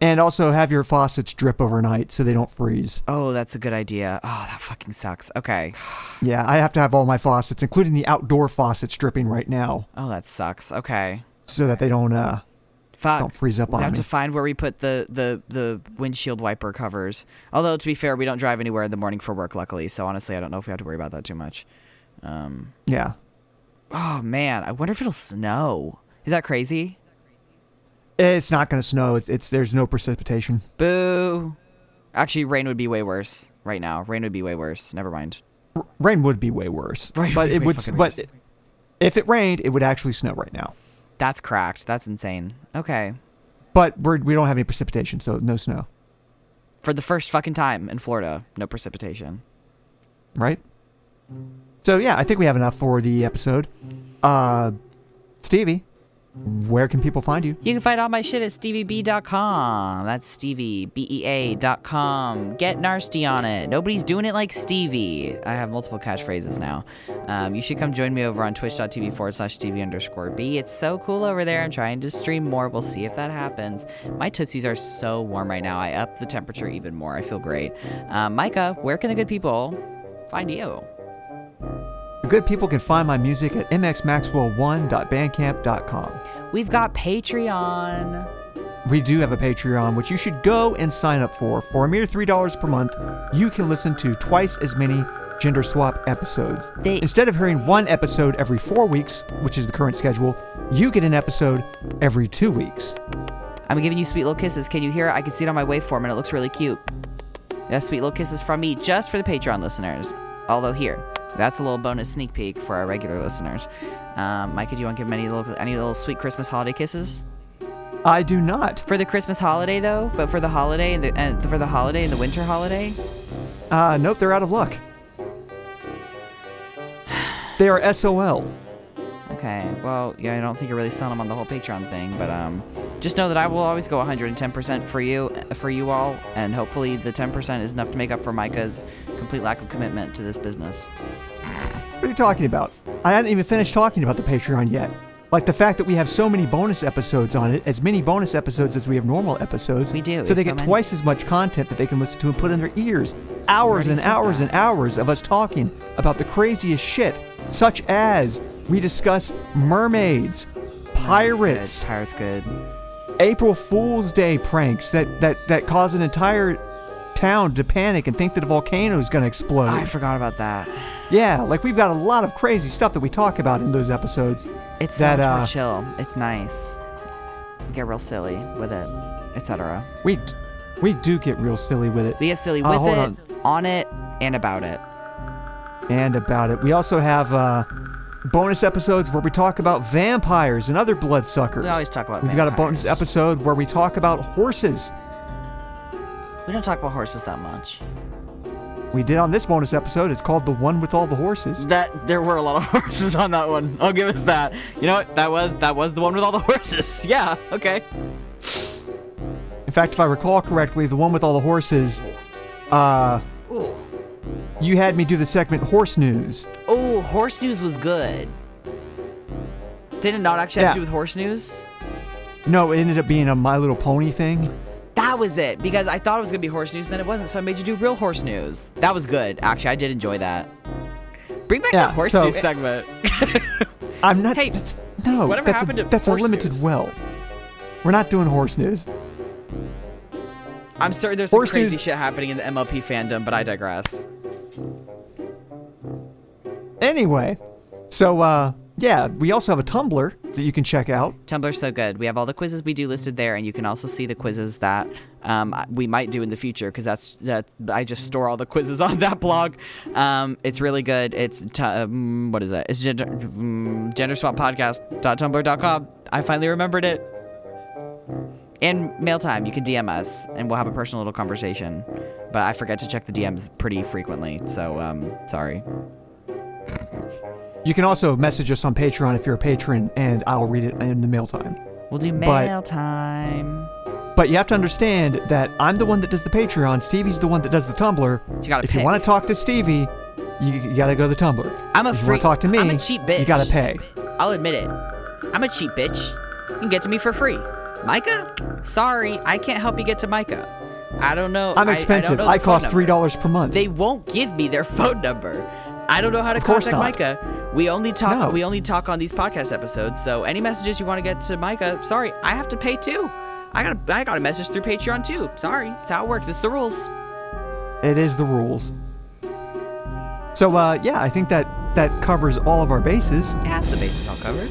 [SPEAKER 1] And also have your faucets drip overnight so they don't freeze.
[SPEAKER 2] Oh, that's a good idea. Oh, that fucking sucks. Okay.
[SPEAKER 1] Yeah, I have to have all my faucets, including the outdoor faucets, dripping right now
[SPEAKER 2] Oh, that sucks. Okay.
[SPEAKER 1] so that they don't. Uh,
[SPEAKER 2] Fuck.
[SPEAKER 1] Don't freeze up
[SPEAKER 2] we
[SPEAKER 1] on
[SPEAKER 2] have to
[SPEAKER 1] me.
[SPEAKER 2] find where we put the, the, the windshield wiper covers. Although, to be fair, we don't drive anywhere in the morning for work, luckily. So, honestly, I don't know if we have to worry about that too much. Um,
[SPEAKER 1] yeah.
[SPEAKER 2] Oh, man. I wonder if it'll snow. Is that crazy?
[SPEAKER 1] It's not going to snow. It's, it's There's no precipitation.
[SPEAKER 2] Boo. Actually, rain would be way worse right now. Rain would be way worse. Never mind.
[SPEAKER 1] R- rain would be way worse.
[SPEAKER 2] Rain
[SPEAKER 1] but
[SPEAKER 2] would be
[SPEAKER 1] it
[SPEAKER 2] way
[SPEAKER 1] would.
[SPEAKER 2] fucking
[SPEAKER 1] But
[SPEAKER 2] worse.
[SPEAKER 1] if it rained, it would actually snow right now.
[SPEAKER 2] That's cracked. That's insane. Okay.
[SPEAKER 1] But we're, we don't have any precipitation, so no snow,
[SPEAKER 2] For the first fucking time in Florida, no precipitation.
[SPEAKER 1] right? So yeah, I think we have enough for the episode. Uh, Stevie, where can people find you?
[SPEAKER 2] You can find all my shit at stevieb.com. That's e steviebea.com. Get nasty on it. Nobody's doing it like Stevie. I have multiple catchphrases now. Um, you should come join me over on twitch.tv forward slash Stevie underscore B. It's so cool over there. I'm trying to stream more. We'll see if that happens. My tootsies are so warm right now. I up the temperature even more. I feel great. Um, Micah, where can the good people find you?
[SPEAKER 1] The good people can find my music at mxmaxwell1.bandcamp.com.
[SPEAKER 2] We've got Patreon.
[SPEAKER 1] We do have a Patreon, which you should go and sign up for. For a mere $3 per month, you can listen to twice as many gender swap episodes.
[SPEAKER 2] They-
[SPEAKER 1] Instead of hearing one episode every four weeks, which is the current schedule, you get an episode every two weeks.
[SPEAKER 2] I'm giving you sweet little kisses. Can you hear it? I can see it on my waveform and it looks really cute. That's sweet little kisses from me just for the Patreon listeners. Although here, that's a little bonus sneak peek for our regular listeners. Um, Micah, do you want to give them any little, any little sweet Christmas holiday kisses?
[SPEAKER 1] I do not.
[SPEAKER 2] For the Christmas holiday though, but for the holiday and, the, and for the holiday and the winter holiday,
[SPEAKER 1] Uh, nope, they're out of luck. They are SOL.
[SPEAKER 2] Okay. Well, yeah, I don't think you're really selling them on the whole Patreon thing, but um, just know that I will always go 110% for you, for you all, and hopefully the 10% is enough to make up for Micah's complete lack of commitment to this business.
[SPEAKER 1] What are you talking about? I hadn't even finished talking about the Patreon yet. Like the fact that we have so many bonus episodes on it, as many bonus episodes as we have normal episodes.
[SPEAKER 2] We do,
[SPEAKER 1] So they
[SPEAKER 2] so
[SPEAKER 1] get
[SPEAKER 2] many.
[SPEAKER 1] twice as much content that they can listen to and put in their ears. Hours
[SPEAKER 2] already
[SPEAKER 1] and
[SPEAKER 2] said
[SPEAKER 1] hours
[SPEAKER 2] that.
[SPEAKER 1] and hours of us talking about the craziest shit, such as we discuss mermaids, pirates,
[SPEAKER 2] Pirates good.
[SPEAKER 1] April Fool's Day pranks that, that, that cause an entire town to panic and think that a volcano is going to explode.
[SPEAKER 2] I forgot about that.
[SPEAKER 1] Yeah, like we've got a lot of crazy stuff that we talk about in those episodes.
[SPEAKER 2] It's so
[SPEAKER 1] that
[SPEAKER 2] much
[SPEAKER 1] uh,
[SPEAKER 2] more chill. It's nice. Get real silly with it, etc.
[SPEAKER 1] we we do get real silly with it
[SPEAKER 2] We get silly
[SPEAKER 1] Uh,
[SPEAKER 2] with
[SPEAKER 1] hold
[SPEAKER 2] it, on. it, and about it.
[SPEAKER 1] and about it. We also have uh, bonus episodes where we talk about vampires and other bloodsuckers.
[SPEAKER 2] We always talk about
[SPEAKER 1] We've got a bonus
[SPEAKER 2] vampires.
[SPEAKER 1] episode where we talk about horses.
[SPEAKER 2] We don't talk about horses that much.
[SPEAKER 1] we did on this bonus episode. It's called The One with All the Horses.
[SPEAKER 2] That there were a lot of horses on that one. I'll give us that. You know what? That was that was the one with all the horses. Yeah. Okay.
[SPEAKER 1] In fact, if I recall correctly, The One with All the Horses, uh, you had me do the segment Horse News.
[SPEAKER 2] Oh, horse news was good. Did it not actually have
[SPEAKER 1] Yeah.
[SPEAKER 2] to do with horse news?
[SPEAKER 1] No, it ended up being a My Little Pony thing.
[SPEAKER 2] That was it because I thought it was gonna be horse news, then it wasn't. So I made you do real horse news. That was good. Actually, I did enjoy that. Bring back
[SPEAKER 1] Yeah,
[SPEAKER 2] that horse
[SPEAKER 1] so-
[SPEAKER 2] news segment.
[SPEAKER 1] I'm not.
[SPEAKER 2] Hey,
[SPEAKER 1] that's, no,
[SPEAKER 2] whatever
[SPEAKER 1] that's
[SPEAKER 2] happened
[SPEAKER 1] a,
[SPEAKER 2] to
[SPEAKER 1] that's a
[SPEAKER 2] horse
[SPEAKER 1] limited
[SPEAKER 2] news?
[SPEAKER 1] well. We're not doing horse news.
[SPEAKER 2] I'm certain there's some
[SPEAKER 1] Horse
[SPEAKER 2] crazy
[SPEAKER 1] news-
[SPEAKER 2] shit happening in the MLP fandom, but I digress.
[SPEAKER 1] Anyway, so uh, yeah, we also have a Tumblr that you can check out.
[SPEAKER 2] Tumblr's so good. We have all the quizzes we do listed there, and you can also see the quizzes that um, we might do in the future because that's that I just store all the quizzes on that blog. Um, it's really good. It's t- um, what is that? It's gender um, genderswappodcast.tumblr.com. I finally remembered it. And mail time, you can DM us, and we'll have a personal little conversation. But I forget to check the DMs pretty frequently, so um, sorry.
[SPEAKER 1] You can also message us on Patreon if you're a patron, and I'll read it in the mail time.
[SPEAKER 2] We'll do
[SPEAKER 1] But-
[SPEAKER 2] mail time.
[SPEAKER 1] But you have to understand that I'm the one that does the Patreon. Stevie's the one that does the Tumblr.
[SPEAKER 2] You gotta
[SPEAKER 1] if
[SPEAKER 2] pick.
[SPEAKER 1] you want to talk to Stevie, you, you gotta go to the Tumblr.
[SPEAKER 2] I'm a
[SPEAKER 1] if you
[SPEAKER 2] free-
[SPEAKER 1] want to talk to me,
[SPEAKER 2] I'm a cheap bitch.
[SPEAKER 1] you gotta pay.
[SPEAKER 2] I'll admit it. I'm a cheap bitch. You can get to me for free. Micah? Sorry, I can't help you get to Micah. I don't know.
[SPEAKER 1] I'm
[SPEAKER 2] I- I
[SPEAKER 1] expensive.
[SPEAKER 2] don't know
[SPEAKER 1] I,
[SPEAKER 2] the phone
[SPEAKER 1] cost
[SPEAKER 2] number.
[SPEAKER 1] three dollars per month.
[SPEAKER 2] They won't give me their phone number. I don't know how to
[SPEAKER 1] course
[SPEAKER 2] contact
[SPEAKER 1] not.
[SPEAKER 2] Micah. We only talk
[SPEAKER 1] No.
[SPEAKER 2] we only talk on these podcast episodes, so any messages you want to get to Micah, sorry, I have to pay too. I got a, I got a message through Patreon too. Sorry. It's how it works. It's the rules.
[SPEAKER 1] It is the rules. So uh, yeah, I think that that covers all of our bases.
[SPEAKER 2] It has the bases all covered.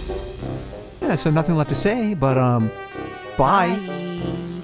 [SPEAKER 1] Yeah, so nothing left to say, but um, bye.
[SPEAKER 2] Bye.